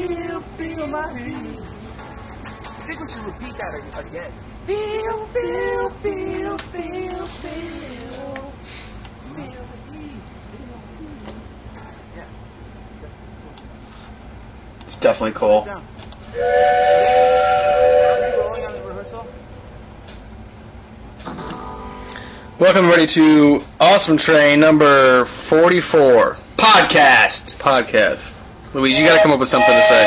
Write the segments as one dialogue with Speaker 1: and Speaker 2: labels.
Speaker 1: feel my heat. I think we should repeat that ag- again. Feel, feel, feel, feel, feel. Feel the heat.
Speaker 2: It's definitely Cole.
Speaker 1: Down. Are we rolling on the rehearsal?
Speaker 2: Welcome everybody to Awesome Train number 44 podcast. Podcast. Louise, you got to come up with something to say.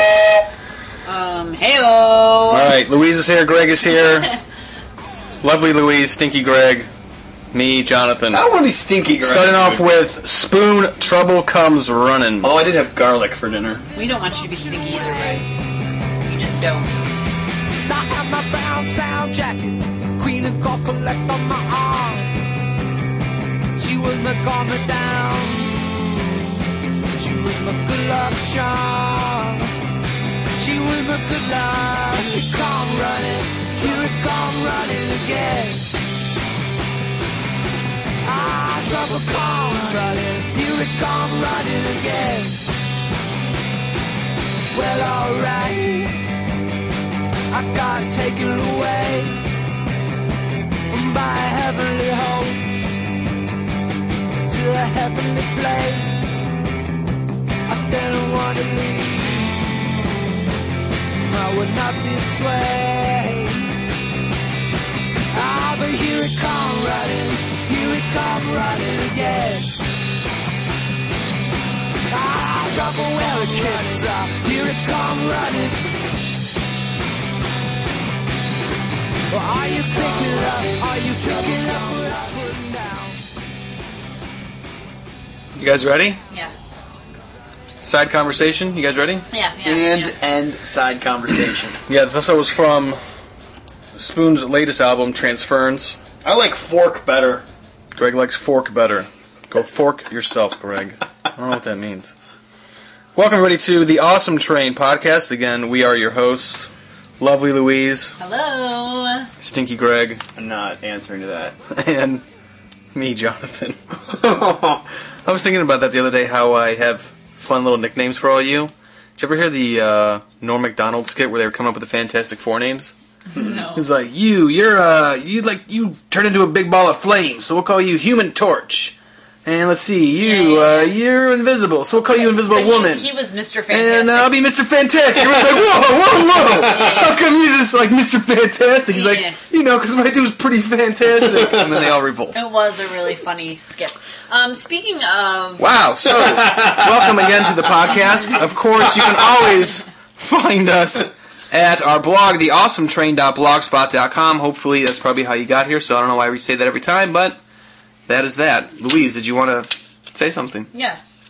Speaker 3: Um, heyo.
Speaker 2: All right, Louise is here. Greg is here. Lovely Louise, Stinky Greg, me, Jonathan.
Speaker 4: I don't want to be stinky. Greg.
Speaker 2: Starting off with Spoon Trouble Comes Running.
Speaker 4: Although Oh, I did have garlic for dinner.
Speaker 3: We don't want you to be stinky either, right? You just don't.
Speaker 5: I have my brown sound jacket, queen of gold collect on my arm. She was my karma down. She was my good luck charm. She was my good luck. Here it come running, here it come running again. Ah, trouble come running, here it come running again. Well, alright. I got taken away by heavenly hosts to a heavenly place. I didn't want to leave. I would not be swayed. Ah, but here it come running, here it come running again. Ah, trouble where it kicks up, here it come running. Or are you picking up? Are you picking up what I'm putting down?
Speaker 2: You guys ready?
Speaker 3: Yeah.
Speaker 2: Side conversation. You guys ready?
Speaker 3: Yeah. yeah
Speaker 4: And
Speaker 3: yeah.
Speaker 4: end side conversation.
Speaker 2: Yeah, this was from Spoon's latest album, Transference.
Speaker 4: I like fork better.
Speaker 2: Greg likes fork better. Go fork yourself, Greg. I don't know what that means. Welcome, everybody, to the Awesome Train podcast. Again, we are your hosts, Lovely Louise,
Speaker 3: Hello.
Speaker 2: Stinky Greg,
Speaker 4: I'm not answering to that.
Speaker 2: and me, Jonathan. I was thinking about that the other day, how I have fun little nicknames for all you. Did you ever hear the uh, Norm MacDonald skit where they were coming up with the Fantastic Four names?
Speaker 3: No.
Speaker 2: He's like, you, you're, uh, you like, you turn into a big ball of flame, so we'll call you Human Torch. And let's see, you, uh,
Speaker 3: Yeah, yeah,
Speaker 2: you're invisible, so we'll call you Invisible
Speaker 3: But he-
Speaker 2: Woman.
Speaker 3: He, was Mr. Fantastic.
Speaker 2: and uh, I'll be Mr. Fantastic. Everyone's like, whoa, whoa, whoa! How come you're just like Mr. Fantastic? He's
Speaker 3: Yeah.
Speaker 2: like, you know, because what I do is pretty fantastic. And then they all revolt.
Speaker 3: it was a really funny skip. Um, speaking of,
Speaker 2: Wow. So, welcome again to the podcast. Of course, you can always find us at our blog, theawesometrain.blogspot.com. Hopefully, that's probably how you got here, so I don't know why we say that every time, but that is that. Louise, did you want to say something?
Speaker 3: yes.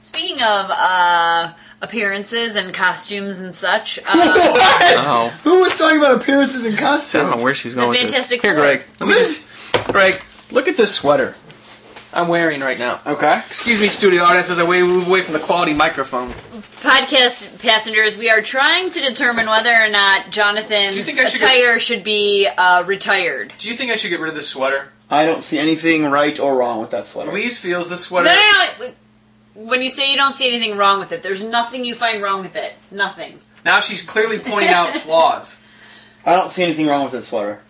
Speaker 3: Speaking of uh, appearances and costumes and such, uh,
Speaker 4: What?
Speaker 2: Oh.
Speaker 4: Who was talking about appearances and
Speaker 2: I don't
Speaker 4: costumes?
Speaker 2: know where she's going
Speaker 3: The
Speaker 2: with this.
Speaker 3: Fantastic
Speaker 2: Here,
Speaker 3: Four.
Speaker 2: Greg. Let me just, Greg, look at this sweater I'm wearing right now.
Speaker 4: Okay.
Speaker 2: Excuse me, studio audience, as I wa- move away from the quality microphone.
Speaker 3: podcast passengers, we are trying to determine whether or not
Speaker 2: Do you
Speaker 3: Jonathan's
Speaker 2: think I should go-
Speaker 3: attire should be uh, retired.
Speaker 2: Do you think I should get rid of this sweater?
Speaker 4: I don't see anything right or wrong with that sweater.
Speaker 2: Louise feels this sweater.
Speaker 3: No, no, no. wait. When you say you don't see anything wrong with it, there's nothing you find wrong with it. Nothing.
Speaker 2: Now she's clearly pointing out flaws.
Speaker 4: I don't see anything wrong with that sweater.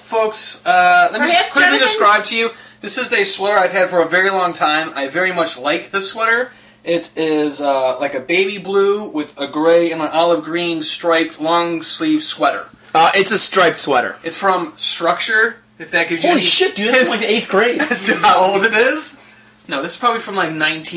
Speaker 2: folks, uh, let me
Speaker 3: Perhaps
Speaker 2: just quickly
Speaker 3: Jonathan-
Speaker 2: describe to you. This is a sweater I've had for a very long time. I very much like this sweater. It is uh, like a baby blue with a gray and an olive green striped long sleeve sweater.
Speaker 4: Uh, it's a striped sweater.
Speaker 2: It's from Structure. If that gives you
Speaker 4: Holy
Speaker 2: any
Speaker 4: shit, dude! This is
Speaker 2: hints
Speaker 4: like the eighth grade.
Speaker 2: as to how old it is. No, this is probably from like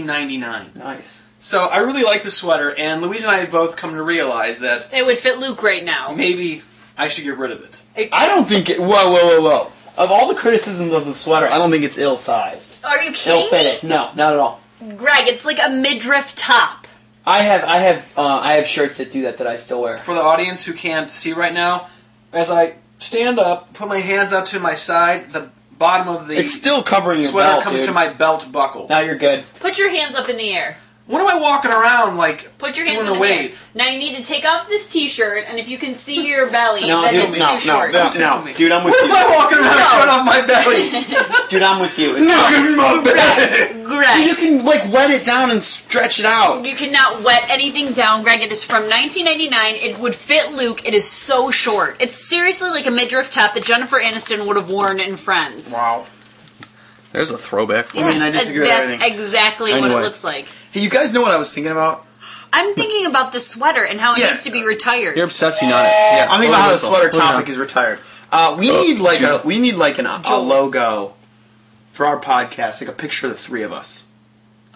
Speaker 2: 1999.
Speaker 4: nice.
Speaker 2: So I really like this sweater, and Louise and I have both come to realize that
Speaker 3: It would fit Luke right now.
Speaker 2: maybe I should get rid of it.
Speaker 3: It-
Speaker 4: I don't think it. Whoa, whoa, whoa, whoa! Of all the criticisms of the sweater, I don't think it's ill-sized,
Speaker 3: Are you kidding
Speaker 4: ill-fitted. No, not at all.
Speaker 3: me? Greg, it's like a midriff top.
Speaker 4: I have I have uh, I have shirts that do that that I still wear.
Speaker 2: for the audience who can't see right now, as I stand up, put my hands out to my side, the bottom of the
Speaker 4: It's still covering your
Speaker 2: sweater
Speaker 4: belt,
Speaker 2: comes
Speaker 4: dude.
Speaker 2: to my belt buckle.
Speaker 4: now you're good.
Speaker 3: Put your hands up in the air.
Speaker 2: What am I walking around like?
Speaker 3: Put your hands
Speaker 2: doing
Speaker 3: in
Speaker 2: a
Speaker 3: the
Speaker 2: wave.
Speaker 3: air. Now you need to take off this T-shirt, and if you can see your belly,
Speaker 4: No,
Speaker 3: then
Speaker 4: dude,
Speaker 3: it's
Speaker 4: no,
Speaker 3: too
Speaker 4: no,
Speaker 3: short.
Speaker 4: no,
Speaker 2: tell
Speaker 4: no,
Speaker 2: me.
Speaker 4: dude, I'm with
Speaker 2: What am I
Speaker 4: you.
Speaker 2: walking around showing off my belly?
Speaker 4: Dude, I'm with you. It's-
Speaker 2: Look at my belly.
Speaker 3: Greg,
Speaker 4: You can like wet it down and stretch it out.
Speaker 3: you cannot wet anything down, Greg. It is from 1999. It would fit Luke. It is so short. It's seriously like a midriff top that Jennifer Aniston would have worn in Friends.
Speaker 4: Wow.
Speaker 2: There's a throwback for
Speaker 4: mean,
Speaker 2: me.
Speaker 4: I
Speaker 3: And
Speaker 4: disagree with
Speaker 3: That's
Speaker 4: everything.
Speaker 3: exactly what
Speaker 2: Anyway.
Speaker 3: it looks like.
Speaker 4: Hey, you guys know what I was thinking about?
Speaker 3: I'm thinking about the sweater and how it
Speaker 4: Yeah.
Speaker 3: needs to be retired.
Speaker 2: You're obsessing on it. Yeah,
Speaker 4: I'm
Speaker 2: blow
Speaker 4: thinking about how
Speaker 2: the
Speaker 4: the
Speaker 2: whistle.
Speaker 4: sweater
Speaker 2: Blow it
Speaker 4: topic
Speaker 2: out.
Speaker 4: is retired. Uh, we
Speaker 2: Oh,
Speaker 4: need like
Speaker 2: Jewel.
Speaker 4: a we need like an, a logo for our podcast, like a picture of the three of us.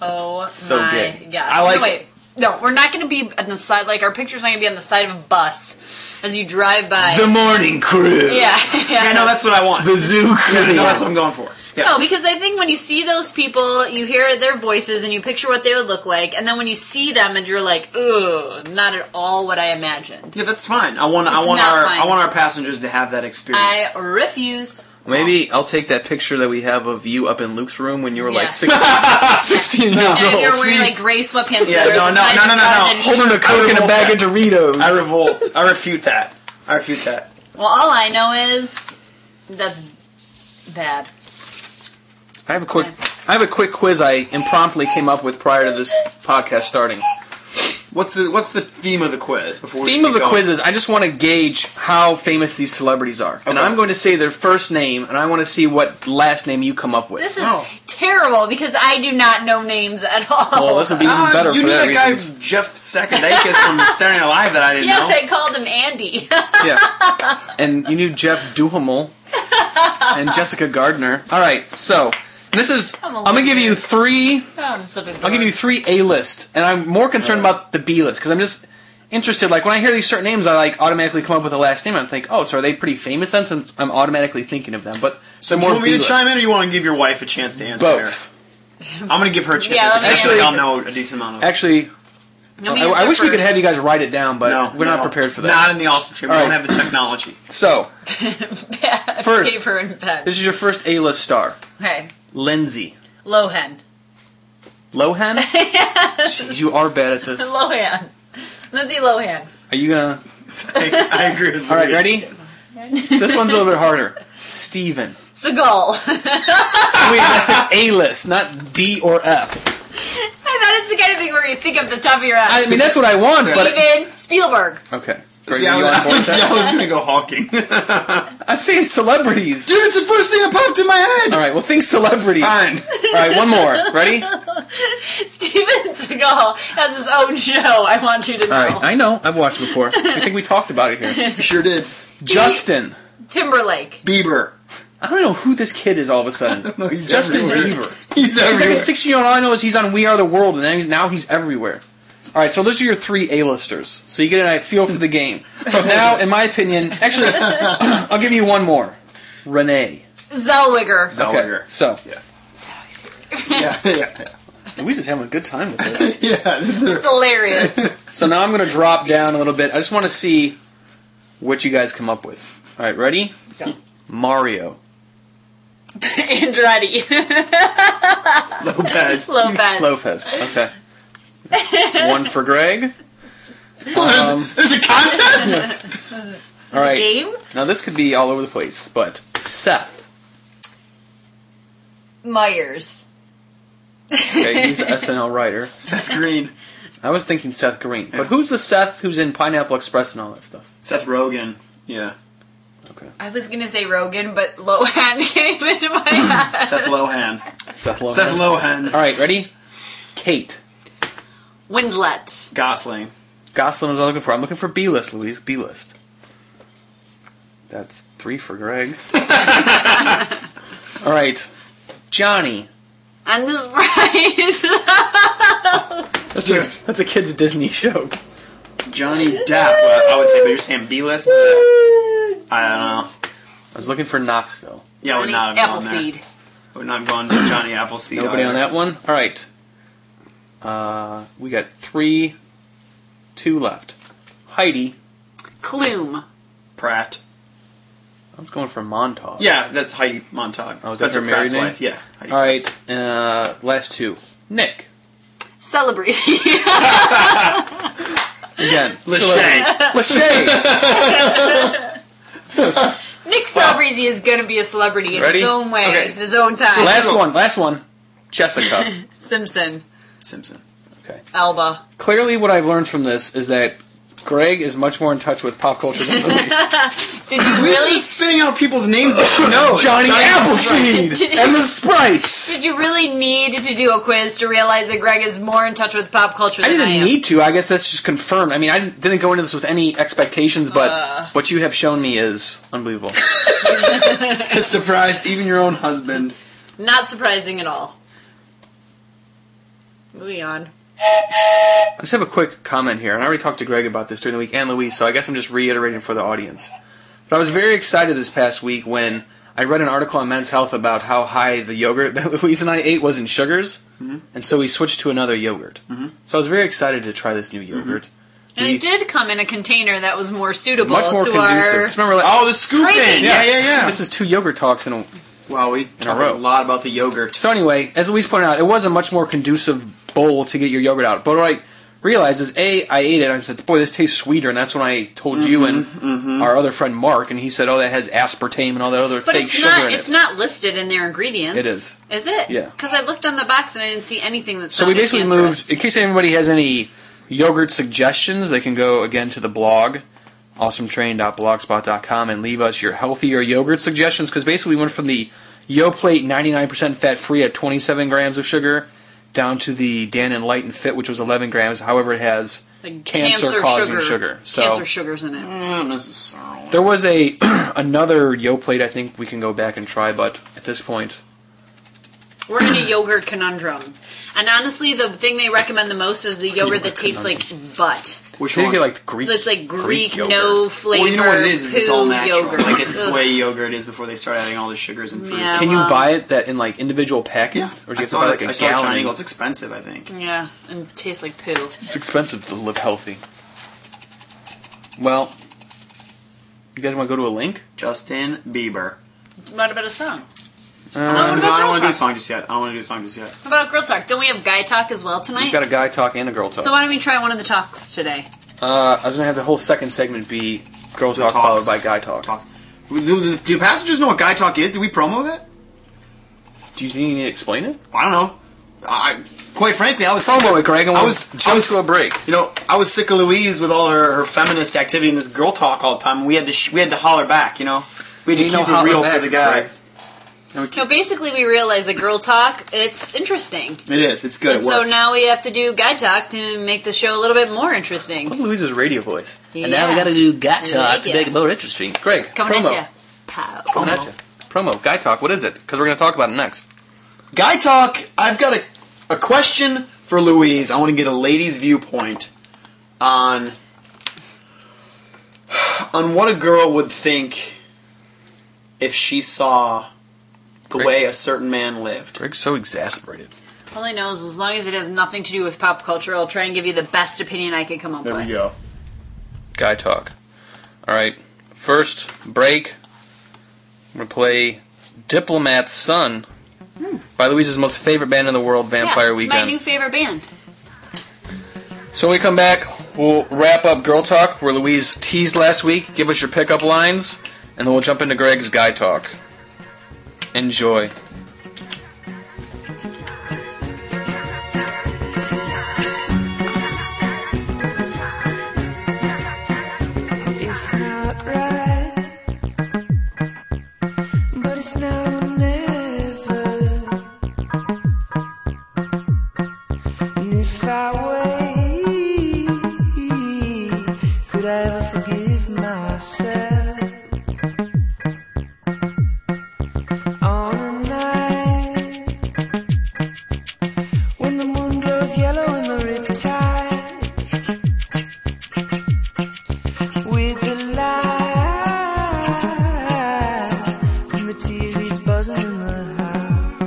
Speaker 3: Oh
Speaker 4: So
Speaker 3: my
Speaker 4: good.
Speaker 3: gosh!
Speaker 4: I like
Speaker 3: no, wait. No, we're not going to be on the side. Like our picture's not going to be on the side of a bus as you drive by.
Speaker 2: The morning crew.
Speaker 3: yeah, yeah.
Speaker 4: Yeah, no, that's what I want.
Speaker 2: The zoo crew.
Speaker 4: Yeah, no, that's what I'm going for. Yeah.
Speaker 3: No, because I think when you see those people, you hear their voices and you picture what they would look like, and then when you see them, and you're like, ugh, not at all what I imagined.
Speaker 4: Yeah, that's fine. I want I
Speaker 3: It's
Speaker 4: want
Speaker 3: not
Speaker 4: our
Speaker 3: fine.
Speaker 4: I want our passengers to have that experience.
Speaker 3: I refuse.
Speaker 2: Maybe I'll take that picture that we have of you up in Luke's room when you were
Speaker 3: Yeah.
Speaker 2: like 16, 16 years
Speaker 3: And if
Speaker 2: old.
Speaker 3: you're wearing
Speaker 4: see-
Speaker 3: like gray sweatpants,
Speaker 4: Yeah,
Speaker 3: that are
Speaker 4: no,
Speaker 3: the
Speaker 4: no,
Speaker 3: size
Speaker 4: no,
Speaker 3: of
Speaker 4: no, no, no.
Speaker 3: your head and
Speaker 2: holding a
Speaker 4: I
Speaker 2: Coke and a
Speaker 4: revolt
Speaker 2: bag
Speaker 4: that.
Speaker 2: of Doritos.
Speaker 4: I revolt. I refute that. I refute that.
Speaker 3: Well, all I know is that's bad.
Speaker 2: I have a quick. I have a quick quiz I impromptu came up with prior to this podcast starting.
Speaker 4: What's the what's the theme of the quiz? Before we
Speaker 2: Theme
Speaker 4: just
Speaker 2: of
Speaker 4: get
Speaker 2: the
Speaker 4: going?
Speaker 2: quiz is I just want to gauge how famous these celebrities are, and
Speaker 4: Okay.
Speaker 2: I'm going to say their first name, and I want to see what last name you come up with.
Speaker 3: This is
Speaker 4: Oh.
Speaker 3: terrible because I do not know names at all.
Speaker 2: well, this would be even
Speaker 4: Ah,
Speaker 2: better
Speaker 4: you
Speaker 2: for
Speaker 4: knew
Speaker 2: that
Speaker 4: that guy
Speaker 2: reason.
Speaker 4: Jeff Sakadakis from Saturday Night Live that I didn't
Speaker 3: yeah,
Speaker 4: know.
Speaker 3: they called him Andy.
Speaker 2: Yeah. And you knew Jeff Duhamel and Jessica Gardner. All right, so this is.
Speaker 3: I'm
Speaker 2: I'm,
Speaker 3: a
Speaker 2: gonna give you
Speaker 3: loser.
Speaker 2: three.
Speaker 3: I'm such a dork.
Speaker 2: I'll give you three A list, and I'm more concerned about the B list because I'm just interested. Like when I hear these certain names, I like automatically come up with a last name. and I think, oh, so are they pretty famous? Then since I'm automatically thinking of them, but
Speaker 4: so
Speaker 2: they're
Speaker 4: do you want me to
Speaker 2: B-list.
Speaker 4: chime in, or you want to give your wife a chance to answer?
Speaker 2: Both.
Speaker 4: I'm going to give her a chance.
Speaker 3: Yeah,
Speaker 4: to
Speaker 3: let
Speaker 4: answer.
Speaker 3: me
Speaker 4: Actually,
Speaker 3: answer.
Speaker 4: I'll know a decent amount of.
Speaker 2: Actually,
Speaker 3: Let me
Speaker 2: I, I
Speaker 3: answer
Speaker 2: wish we could
Speaker 3: first.
Speaker 2: have you guys write it down, but
Speaker 4: no,
Speaker 2: we're not
Speaker 4: no.
Speaker 2: prepared for that.
Speaker 4: Not in the awesome tree. We
Speaker 2: All
Speaker 4: don't
Speaker 2: right.
Speaker 4: have the technology.
Speaker 2: so first,
Speaker 3: paper and pen.
Speaker 2: this is your first A list star,
Speaker 3: Okay,
Speaker 2: Lindsay
Speaker 3: Lohan,
Speaker 2: Lohan. Jeez, you are bad at this.
Speaker 3: Lohan, Lindsay Lohan.
Speaker 2: Are you gonna?
Speaker 4: I, I agree. With
Speaker 2: All right,
Speaker 4: Louis.
Speaker 2: ready? this one's a little bit harder. Steven.
Speaker 3: Seagal.
Speaker 2: Wait, I said A list, not D or F.
Speaker 3: I thought it's the kind of thing where you think off the top of your head.
Speaker 2: I mean, that's what I want, but
Speaker 3: Steven Spielberg.
Speaker 2: okay.
Speaker 4: See,
Speaker 2: Brady,
Speaker 4: I
Speaker 2: you
Speaker 4: was,
Speaker 2: wanna
Speaker 4: I
Speaker 2: voice
Speaker 4: was,
Speaker 2: that?
Speaker 4: I was going to go Hawking. Dude,
Speaker 2: I'm saying celebrities.
Speaker 4: it's the first thing that popped in my head.
Speaker 2: All right, well, think celebrities.
Speaker 4: Fine.
Speaker 2: All right, one more. Ready?
Speaker 3: Steven Seagal has his own show. I want you to know.
Speaker 2: All right, I know. I've watched before. I think we talked about it here.
Speaker 4: You sure did.
Speaker 2: Justin.
Speaker 3: Timberlake.
Speaker 4: Bieber.
Speaker 2: I don't know who this kid is all of a sudden.
Speaker 4: No, he's
Speaker 2: Justin
Speaker 4: everywhere.
Speaker 2: Bieber.
Speaker 4: He's
Speaker 2: He's like
Speaker 4: everywhere.
Speaker 2: a 16 year old. All I know is he's on We Are the World, and now he's- now he's everywhere. All right, so those are your three A-listers. So you get a feel for the game. Now, in my opinion, actually, I'll give you one more. Renee.
Speaker 3: Zellweger.
Speaker 4: Zellweger.
Speaker 2: So
Speaker 4: Yeah. Yeah, yeah,
Speaker 2: Louisa's having a good time with this.
Speaker 4: yeah. This is
Speaker 3: It's hilarious.
Speaker 2: so now I'm going to drop down a little bit. I just want to see what you guys come up with. All right, ready?
Speaker 3: Go.
Speaker 2: Mario.
Speaker 3: Andretti.
Speaker 4: Lopez.
Speaker 2: Um,
Speaker 3: Lopez.
Speaker 2: Lopez. Okay. That's one for Greg.
Speaker 4: Well, there's, there's a contest.
Speaker 2: All right.
Speaker 3: Game.
Speaker 2: Now this could be all over the place, but Seth.
Speaker 3: Myers.
Speaker 2: Okay, he's the SNL writer.
Speaker 4: Seth Green,
Speaker 2: I was thinking Seth Green, but who's the Seth who's in Pineapple Express and all that stuff?
Speaker 4: Seth Rogen. Yeah,
Speaker 2: Okay.
Speaker 3: I was gonna say Rogan, but Lohan came into my head.
Speaker 4: Seth Lohan.
Speaker 2: Seth Logan.
Speaker 4: Seth Lohan.
Speaker 2: All right, ready? Kate.
Speaker 3: Winslet.
Speaker 4: Gosling.
Speaker 2: Goslin was I looking for. I'm looking for B list, Louise. B list. That's three for Greg. All right, Johnny.
Speaker 3: And this right.
Speaker 2: That's a, that's a kid's Disney show.
Speaker 4: Johnny Depp. Well, I would say, but you're saying B-list. Is it? I don't know.
Speaker 2: I was looking for Knoxville.
Speaker 4: Yeah, I would not have gone
Speaker 3: Appleseed.
Speaker 4: there. I would not have gone to Johnny Appleseed.
Speaker 2: Nobody
Speaker 4: either.
Speaker 2: on that one. All right. Uh, we got three, two left. Heidi.
Speaker 3: Clume.
Speaker 4: Pratt.
Speaker 2: I was going for Montauk.
Speaker 4: Yeah, that's Heidi Montag.
Speaker 2: Oh, is that
Speaker 4: Spencer
Speaker 2: her married
Speaker 4: Pratt's
Speaker 2: name?
Speaker 4: wife. Yeah. Heidi.
Speaker 2: All right. Uh, last two. Nick.
Speaker 3: Celebrity.
Speaker 2: Again,
Speaker 4: Shank.
Speaker 2: uh, Lachey.
Speaker 3: Nick Celebrity is going to be a celebrity in
Speaker 2: Ready?
Speaker 3: his own way,
Speaker 4: Okay.
Speaker 3: in his own time.
Speaker 2: last one. Last one. Jessica.
Speaker 3: Simpson,
Speaker 4: Simpson.
Speaker 2: Okay.
Speaker 3: Alba.
Speaker 2: Clearly, what I've learned from this is that Greg is much more in touch with pop culture than me.
Speaker 3: Did you
Speaker 4: Really?
Speaker 3: really?
Speaker 4: spitting out people's names that you know.
Speaker 2: Johnny, Appleseed
Speaker 3: Did you-
Speaker 2: and the Sprites.
Speaker 3: Did you really need to do a quiz to realize that Greg is more in touch with pop culture
Speaker 2: I
Speaker 3: than I
Speaker 2: didn't
Speaker 3: am?
Speaker 2: need to. I guess that's just confirmed. I mean, I didn't didn't go into this with any expectations, but
Speaker 3: Uh.
Speaker 2: what you have shown me is unbelievable.
Speaker 4: Has surprised even your own husband.
Speaker 3: Not surprising at all. Moving on.
Speaker 2: I just have a quick comment here, and I already talked to Greg about this during the week and Louise, so I guess I'm just reiterating for the audience. But I was very excited this past week when I read an article on Men's Health about how high the yogurt that Louise and I ate was in sugars,
Speaker 4: Mm-hmm.
Speaker 2: and so we switched to another yogurt. So I was very excited to try this new
Speaker 4: Mm-hmm.
Speaker 2: yogurt.
Speaker 3: And
Speaker 2: We-
Speaker 3: it did come in a container that was more suitable
Speaker 2: much more
Speaker 3: to
Speaker 2: conducive.
Speaker 3: our.
Speaker 2: 'Cause remember, like,
Speaker 4: Oh, the scoop
Speaker 3: Scraping.
Speaker 4: thing. Yeah, yeah, yeah.
Speaker 2: This is two yogurt talks in a
Speaker 4: wow, we talked a
Speaker 2: row.
Speaker 4: lot about the yogurt.
Speaker 2: So anyway, as Louise pointed out, it was a much more conducive bowl to get your yogurt out. But what I realized is, A, I ate it, and I said, boy, this tastes sweeter, and that's when I told you and
Speaker 3: Mm-hmm,
Speaker 2: our other friend Mark, and he said, oh, that has aspartame and all that other
Speaker 3: But
Speaker 2: fake
Speaker 3: it's
Speaker 2: sugar
Speaker 3: not.
Speaker 2: in
Speaker 3: It's
Speaker 2: it.
Speaker 3: not listed in their ingredients.
Speaker 2: It is.
Speaker 3: Is it?
Speaker 2: Yeah.
Speaker 3: Because I looked on the box and I didn't see anything that's.
Speaker 2: so we basically moved, in case anybody has any yogurt suggestions, they can go again to the blog, awesometrain.blogspot.com, and leave us your healthier yogurt suggestions, because basically we went from the YoPlate 99% fat-free at 27 grams of sugar down to the Dan and Light and Fit, which was 11 grams. However, it has cancer-causing sugar. So
Speaker 3: cancer sugars in it.
Speaker 4: Not necessarily.
Speaker 2: there was a another YoPlate I think we can go back and try, but at this point,
Speaker 3: We're in a yogurt conundrum. And honestly, the thing they recommend the most is the yogurt that tastes like butt.
Speaker 4: Which
Speaker 2: you
Speaker 4: one?
Speaker 2: get like Greek.
Speaker 3: That's like Greek,
Speaker 2: yogurt.
Speaker 3: no flavor.
Speaker 4: well, you know what it is? is it's all
Speaker 3: poo
Speaker 4: natural.
Speaker 3: Yogurt.
Speaker 4: Like it's the
Speaker 3: Ugh.
Speaker 4: way yogurt is before they start adding all the sugars and fruits.
Speaker 3: Yeah.
Speaker 2: Can you
Speaker 3: Um,
Speaker 2: buy it that in like individual packets,
Speaker 4: Yeah,
Speaker 2: or do you have
Speaker 4: I
Speaker 2: to
Speaker 4: saw,
Speaker 2: buy
Speaker 4: it-
Speaker 2: like a
Speaker 4: I saw
Speaker 2: gallon?
Speaker 4: China Eagle. It's expensive, I think.
Speaker 3: Yeah, and tastes like poo.
Speaker 2: It's expensive to live healthy. Well, you guys want to go to a link?
Speaker 4: Justin Bieber.
Speaker 3: What about a song? Uh,
Speaker 4: Um, no,
Speaker 3: about
Speaker 4: I don't want to do
Speaker 3: Girl
Speaker 4: a song just yet. I don't want to do a song just yet.
Speaker 3: How about girl talk? Don't we have guy talk as well
Speaker 2: We've
Speaker 3: tonight?
Speaker 2: got a guy talk and a girl talk.
Speaker 3: so why don't we try one of the talks today?
Speaker 2: uh, I was gonna have the whole second segment be girl
Speaker 4: The
Speaker 2: talk followed
Speaker 4: talks.
Speaker 2: by guy talk.
Speaker 4: Talks. Do, do, do passengers know what guy talk is? Did we promo that?
Speaker 2: Do you think you need to explain it?
Speaker 4: I don't know. I quite frankly, I was sick
Speaker 2: Promo
Speaker 4: of-
Speaker 2: it, Greg. And
Speaker 4: I
Speaker 2: we'll
Speaker 4: was
Speaker 2: jump
Speaker 4: I was,
Speaker 2: to a break.
Speaker 4: You know, I was sick of Louise with all her, her feminist activity and this girl talk all the time. And we had to sh- we had to holler back. You know, we had
Speaker 2: Ain't
Speaker 4: to
Speaker 2: no
Speaker 4: keep it
Speaker 2: holler
Speaker 4: real
Speaker 2: back,
Speaker 4: for the guys.
Speaker 2: Greg.
Speaker 4: And we
Speaker 3: No,
Speaker 4: keep-
Speaker 3: basically we realize that girl talk, it's interesting.
Speaker 4: it is. It's good. It
Speaker 3: And so
Speaker 4: works.
Speaker 3: now we have to do guy talk to make the show a little bit more interesting.
Speaker 2: Look at Louise's radio voice.
Speaker 3: And now we Yeah. gotta
Speaker 2: do guy
Speaker 3: talk to Yeah. make it
Speaker 2: more interesting. Greg,
Speaker 3: Coming
Speaker 2: promo.
Speaker 3: at you. Pow.
Speaker 2: Coming at you. Promo. Guy talk. What is it? Because we're gonna talk about it next.
Speaker 4: guy talk. I've got a a question for Louise. I want to get a lady's viewpoint on on what a girl would think if she saw the
Speaker 2: Greg.
Speaker 4: way a certain man lived.
Speaker 2: Greg's so exasperated.
Speaker 3: All I know is as long as it has nothing to do with pop culture, I'll try and give you the best opinion I could come up with.
Speaker 4: go.
Speaker 2: guy talk. All right, first break. I'm gonna play "Diplomat's Son" by Louise's most favorite band in the world, Vampire
Speaker 3: yeah, it's
Speaker 2: Weekend.
Speaker 3: my new favorite band.
Speaker 2: so when we come back, we'll wrap up Girl Talk, where Louise teased last week. Give us your pickup lines, and then we'll jump into Greg's guy talk. Enjoy.
Speaker 5: It's not right, but it's now or never. And if I wait, could I ever forgive myself? On a night when the moon glows yellow and the riptide with the light from the TV's buzzing in the house.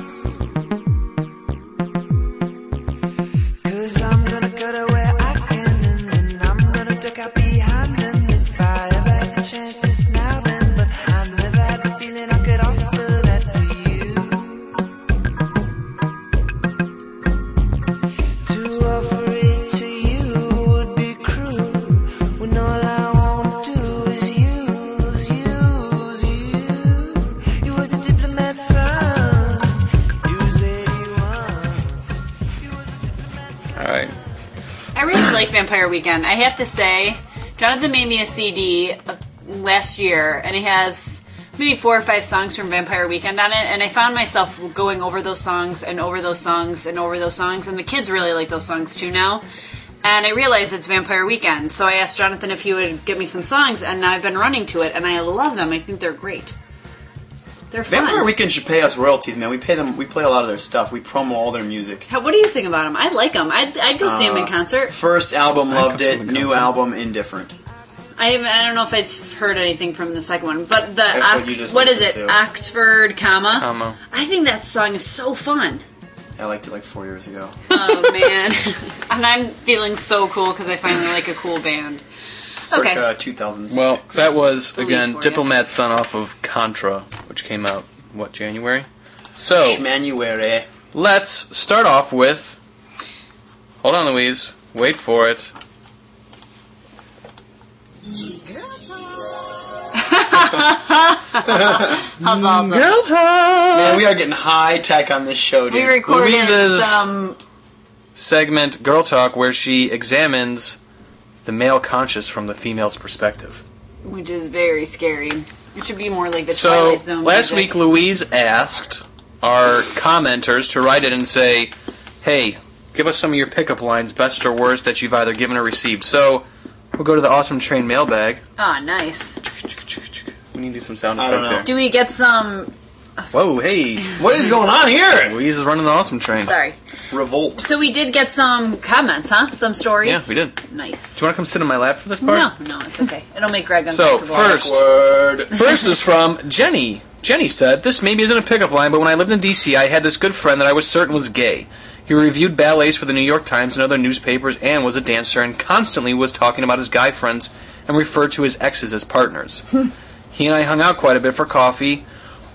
Speaker 5: Cause I'm gonna go to where I can and then I'm gonna duck out behind them if I ever had the chance just now then. But I never had the feeling I could offer that to you. To
Speaker 2: All right.
Speaker 3: I really like Vampire Weekend. I have to say, Jonathan made me a CD uh, last year, and it has maybe four or five songs from Vampire Weekend on it, and I found myself going over those songs and over those songs and over those songs, and the kids really like those songs too now. And I realized it's Vampire Weekend, so I asked Jonathan if he would get me some songs, and I've been running to it, and I love them. I think they're great. They're fun.
Speaker 4: Vampire Weekend should pay us royalties, man. We pay them. We play a lot of their stuff. We promo all their music.
Speaker 3: How- what do you think about them? I like them. I'd, I'd go see them in concert.
Speaker 4: First album, loved
Speaker 2: comes
Speaker 4: it.
Speaker 2: from the
Speaker 4: New
Speaker 2: concert.
Speaker 4: album, indifferent.
Speaker 3: I, haven't- I don't know if I've heard anything from the second one, but the
Speaker 4: That's what you
Speaker 3: Ox,
Speaker 4: just
Speaker 3: what is it?
Speaker 4: listened to.
Speaker 3: Oxford, comma.
Speaker 2: Comma.
Speaker 3: I think that song is so fun.
Speaker 4: I liked it like four years ago.
Speaker 3: Oh man, and I'm feeling so cool because I finally like a cool band.
Speaker 4: Circa 2006.
Speaker 2: Well, that was
Speaker 3: Police
Speaker 2: again
Speaker 3: for you.
Speaker 2: Diplomat son off of Contra, which came out what January. So
Speaker 4: Schmanuere.
Speaker 2: let's start off with. Hold on, Louise. Wait for it.
Speaker 3: That's awesome.
Speaker 2: Girl time.
Speaker 4: Man, we are getting high tech on this show, dude.
Speaker 3: We recorded
Speaker 2: Louise's-
Speaker 3: some.
Speaker 2: Segment Girl Talk, where she examines the male conscious from the female's perspective.
Speaker 3: which is very scary. It should be more like the
Speaker 2: So
Speaker 3: Twilight Zone.
Speaker 2: last
Speaker 3: music.
Speaker 2: week, Louise asked our commenters to write it and say, "Hey, give us some of your pickup lines, best or worst, that you've either given or received." So we'll go to the awesome train mailbag.
Speaker 3: Ah, nice.
Speaker 2: We need to do some sound
Speaker 4: I
Speaker 2: effects
Speaker 4: don't
Speaker 2: there.
Speaker 3: Do we get some?
Speaker 2: Whoa, hey,
Speaker 4: What is going on here?
Speaker 2: Louise is running the awesome train.
Speaker 3: Sorry.
Speaker 4: Revolt.
Speaker 3: So we did get some comments, huh? Some stories.
Speaker 2: Yeah, we did. Do
Speaker 3: Nice.
Speaker 2: you want to come sit on my lap for this part?
Speaker 3: No, no, it's okay. It'll make Greg
Speaker 2: So
Speaker 3: uncomfortable.
Speaker 2: first,
Speaker 4: Word.
Speaker 2: First is from Jenny. Jenny said, This maybe isn't a pickup line, but when I lived in D.C., I had this good friend that I was certain was gay. He reviewed ballets for the New York Times and other newspapers and was a dancer and constantly was talking about his guy friends and referred to his exes as partners. he and I hung out quite a bit for coffee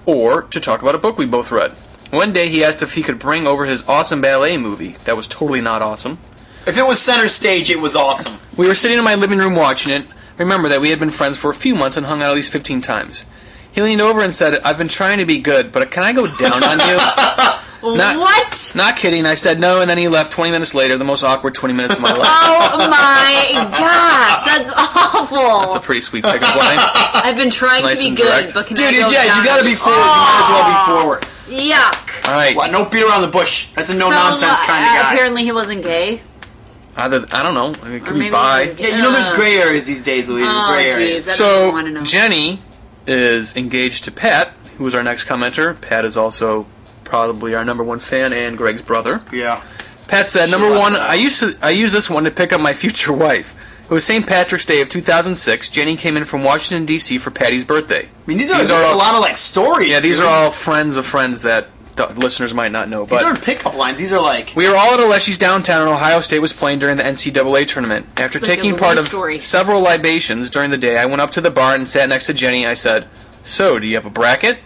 Speaker 2: or to talk about a book we both read. One day he asked if he could bring over his awesome ballet movie that was totally not awesome.
Speaker 4: If it was center stage, it was awesome.
Speaker 2: We were sitting in my living room watching it. Remember that we had been friends for a few months and hung out at least 15 times. He leaned over and said, I've been trying to be good, but can I go down on you? Not-
Speaker 3: what?
Speaker 2: Not kidding. I said no, and then he left 20 minutes later, the most awkward 20 minutes of my life.
Speaker 3: Oh my gosh, that's awful.
Speaker 2: That's a pretty sweet pickup line.
Speaker 3: I've been trying
Speaker 2: nice
Speaker 3: to be
Speaker 2: and
Speaker 3: good,
Speaker 2: direct.
Speaker 3: but can
Speaker 4: Dude,
Speaker 3: I go
Speaker 4: yeah, you
Speaker 3: down
Speaker 4: gotta
Speaker 3: on
Speaker 4: be
Speaker 3: you?
Speaker 4: forward. You might as well be forward.
Speaker 3: Yuck.
Speaker 2: All right.
Speaker 4: Why, Ah. no beat around the bush. That's a no nonsense
Speaker 3: So, uh,
Speaker 4: kind of guy.
Speaker 3: Apparently, he wasn't gay.
Speaker 2: Either, I don't know. It
Speaker 3: Or
Speaker 2: could
Speaker 3: maybe
Speaker 2: be
Speaker 3: he
Speaker 2: bi.
Speaker 3: was gay.
Speaker 4: yeah, you know there's
Speaker 3: Ugh.
Speaker 4: gray areas these days, Louise. there's
Speaker 3: Oh,
Speaker 4: gray
Speaker 3: jeez.
Speaker 4: areas.
Speaker 3: That makes me
Speaker 2: So,
Speaker 3: wanna know.
Speaker 2: Jenny is engaged to Pat, who is our next commenter. Pat is also probably our number one fan and Greg's brother.
Speaker 4: Yeah.
Speaker 2: Pat said,
Speaker 4: She
Speaker 2: number
Speaker 4: left
Speaker 2: one,
Speaker 4: it out.
Speaker 2: I used to I used this one to pick up my future wife. It was St. Patrick's Day of 2006. Jenny came in from Washington D.C. for Patty's birthday.
Speaker 4: I mean, these are, a lot of like stories.
Speaker 2: yeah, these
Speaker 4: dude.
Speaker 2: are all friends of friends that the listeners might not know.
Speaker 4: These
Speaker 2: But
Speaker 4: aren't pickup lines. These are like
Speaker 2: we were all at Aleshi's downtown, and Ohio State was playing during the NCAA tournament. After
Speaker 3: It's like a
Speaker 2: taking
Speaker 3: Louis
Speaker 2: part of
Speaker 3: story.
Speaker 2: several libations during the day, I went up to the bar and sat next to Jenny. I said, "So, do you have a bracket?"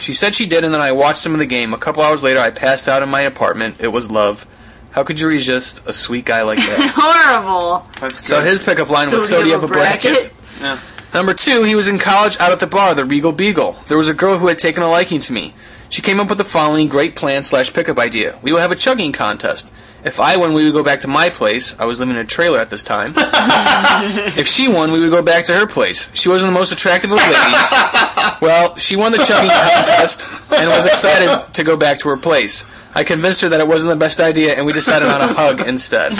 Speaker 2: She said she did, and then I watched some of the game. A couple hours later, I passed out in my apartment. It was love. How could you resist a sweet guy like that?
Speaker 3: Horrible.
Speaker 2: So his pickup line was
Speaker 3: Sodium
Speaker 2: sodium a bracket.
Speaker 4: Yeah.
Speaker 2: Number two, he was in college out at the bar, the Regal Beagle. There was a girl who had taken a liking to me. She came up with the following great plan slash pickup idea. We will have a chugging contest. If I win, we would go back to my place. I was living in a trailer at this time. if she won, we would go back to her place. She wasn't the most attractive of ladies. Well, she won the chugging contest and was excited to go back to her place. I convinced her that it wasn't the best idea, and we decided on a hug instead.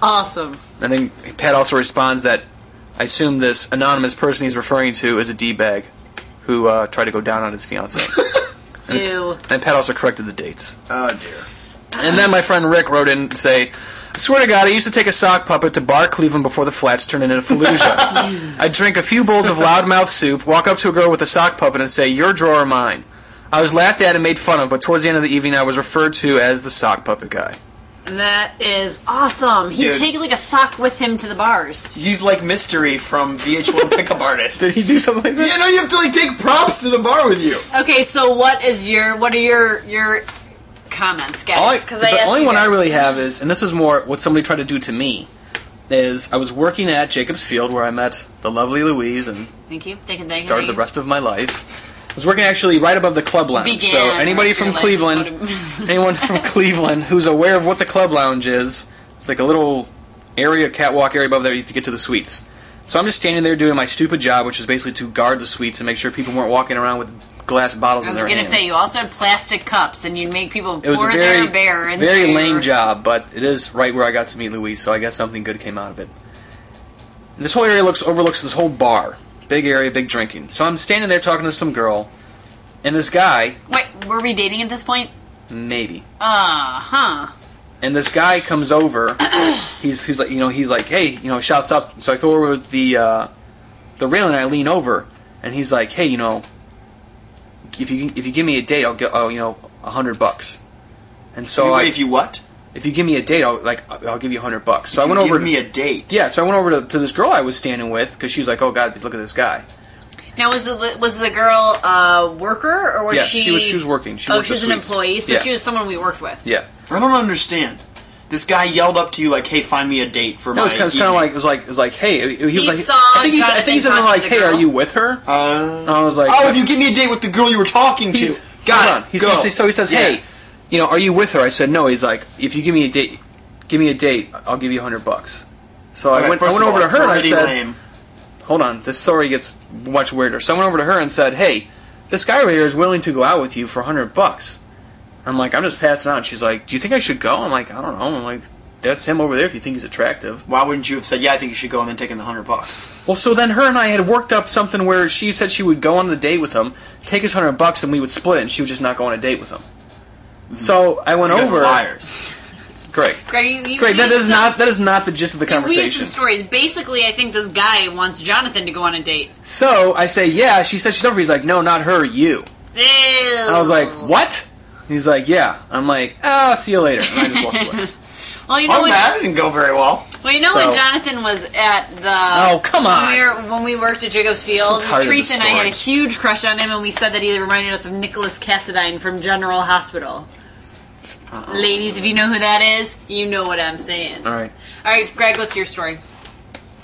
Speaker 3: Awesome.
Speaker 2: And then Pat also responds that I assume this anonymous person he's referring to is a d bag who uh, tried to go down on his fiance.
Speaker 3: Ew.
Speaker 2: and Pat also corrected the dates.
Speaker 4: Oh dear.
Speaker 2: And then my friend Rick wrote in and say, I swear to God, I used to take a sock puppet to Bar Cleveland before the flats turned into Fallujah. I'd drink a few bowls of loudmouth soup, walk up to a girl with a sock puppet, and say, Your drawer or mine? I was laughed at and made fun of, but towards the end of the evening, I was referred to as the sock puppet guy.
Speaker 3: That is awesome. He'd
Speaker 4: Dude.
Speaker 3: take like a sock with him to the bars.
Speaker 4: He's like mystery from VH1 pickup artist.
Speaker 2: Did he do something like that?
Speaker 4: You know, you have to like take props to the bar with you.
Speaker 3: Okay, so what is your what are your your comments,
Speaker 2: All I-
Speaker 3: guys? Because
Speaker 2: the
Speaker 3: I asked
Speaker 2: only
Speaker 3: you
Speaker 2: one I
Speaker 3: guys.
Speaker 2: really have is, and this is more what somebody tried to do to me, is I was working at Jacobs Field where I met the lovely Louise and
Speaker 3: Thank you. Thank you. Thank you.
Speaker 2: started
Speaker 3: thank
Speaker 2: the
Speaker 3: you.
Speaker 2: rest of my life. I was working actually right above the club lounge.
Speaker 3: Began
Speaker 2: so
Speaker 3: the
Speaker 2: anybody
Speaker 3: rest of
Speaker 2: from
Speaker 3: your life is
Speaker 2: Cleveland, anyone from Cleveland who's aware of what the club lounge is, It's like a little area, catwalk area above there to get to the suites. So I'm just standing there doing my stupid job, which was basically to guard the suites and make sure people weren't walking around with glass bottles
Speaker 3: I
Speaker 2: in
Speaker 3: was
Speaker 2: their
Speaker 3: gonna
Speaker 2: hand.
Speaker 3: say you also had plastic cups, and you'd make people
Speaker 2: it was
Speaker 3: pour
Speaker 2: a very,
Speaker 3: their beer into
Speaker 2: very
Speaker 3: your-
Speaker 2: lame job, but it is right where I got to meet Louise, so I guess something good came out of it. And this whole area looks overlooks this whole bar, big area, big drinking. So I'm standing there talking to some girl, and this guy,
Speaker 3: Wait, were we dating at this point?
Speaker 2: maybe,
Speaker 3: Uh huh.
Speaker 2: and this guy comes over. he's he's like you know he's like hey you know shouts up. So I go over with the uh, the railing. and I lean over and he's like hey you know if you if you give me a date I'll get oh you know a hundred bucks. And so
Speaker 4: Wait,
Speaker 2: I,
Speaker 4: if you what?
Speaker 2: if you give me a date I'll like I'll I'll give you a hundred bucks. So I
Speaker 4: You
Speaker 2: went over
Speaker 4: Give
Speaker 2: to-
Speaker 4: me a date.
Speaker 2: yeah so I went over to, to this girl I was standing with because she was like oh god look at this guy.
Speaker 3: Now was the was the girl a worker or was
Speaker 2: Yeah,
Speaker 3: she?
Speaker 2: she was- she was working. She
Speaker 3: oh,
Speaker 2: worked
Speaker 3: she was
Speaker 2: the
Speaker 3: an
Speaker 2: suites.
Speaker 3: employee, so
Speaker 2: Yeah.
Speaker 3: she was someone we worked with.
Speaker 2: Yeah.
Speaker 4: I don't understand. This guy yelled up to you like, "Hey, find me a date for
Speaker 2: No,
Speaker 4: my."
Speaker 2: it's kind of, kind of
Speaker 4: evening."
Speaker 2: like it was like it was like hey he was like
Speaker 3: saw
Speaker 2: I think he said- I think he said something
Speaker 3: Jonathan
Speaker 2: like
Speaker 3: talking to
Speaker 2: hey
Speaker 3: the
Speaker 2: are
Speaker 3: girl.
Speaker 2: you with her?
Speaker 4: Uh,
Speaker 2: and I was like
Speaker 4: oh, if you give me a date with the girl you were talking to,
Speaker 2: He's-
Speaker 4: got
Speaker 2: hold
Speaker 4: it.
Speaker 2: on. He
Speaker 4: go.
Speaker 2: says- so he says,
Speaker 4: Yeah.
Speaker 2: "Hey, you know, are you with her?" I said, "No." He's like, "If you give me a date, give me a date, I'll give you a hundred bucks." So I
Speaker 4: Okay,
Speaker 2: went, I
Speaker 4: first
Speaker 2: went
Speaker 4: of
Speaker 2: over
Speaker 4: all,
Speaker 2: to her and I
Speaker 4: already
Speaker 2: said,
Speaker 4: lame.
Speaker 2: "Hold on, this story gets much weirder." So I went over to her and said, "Hey, this guy over here is willing to go out with you for a hundred bucks." I'm like, "I'm just passing out." She's like, "Do you think I should go?" I'm like, "I don't know." I'm like, "That's him over there. If you think he's attractive."
Speaker 4: Why wouldn't you have said, "Yeah, I think you should go," and then taken the hundred bucks?
Speaker 2: Well, so then her and I had worked up something where she said she would go on the date with him, take his hundred bucks, and we would split it, and she would just not go on a date with him. So I went
Speaker 4: Mm-hmm. You guys
Speaker 2: over.
Speaker 4: are liars.
Speaker 2: Great.
Speaker 3: Greg, you, you
Speaker 2: Great. That
Speaker 3: leave
Speaker 2: is
Speaker 3: some-
Speaker 2: not that is not the gist of the
Speaker 3: you leave
Speaker 2: conversation.
Speaker 3: some stories. Basically, I think this guy wants Jonathan to go on a date.
Speaker 2: So I say, yeah. She said she's over. He's like, no, not her, you. And I was like, what? He's like, yeah. I'm like, oh, see you later. And I just walked away.
Speaker 3: Well, you know
Speaker 4: Oh,
Speaker 3: when,
Speaker 4: that didn't go very well.
Speaker 3: well, you know when
Speaker 2: So-
Speaker 3: Jonathan was at the
Speaker 2: Oh, come on.
Speaker 3: when we, were, when we worked at Jacobs Field,
Speaker 2: tired of
Speaker 3: Teresa
Speaker 2: this
Speaker 3: and I had a
Speaker 2: story.
Speaker 3: huge crush on him, and we said that he reminded us of Nicholas Cassadine from General Hospital. Ladies, if you know who that is, you know what I'm saying.
Speaker 2: All right.
Speaker 3: All right, Greg, what's your story?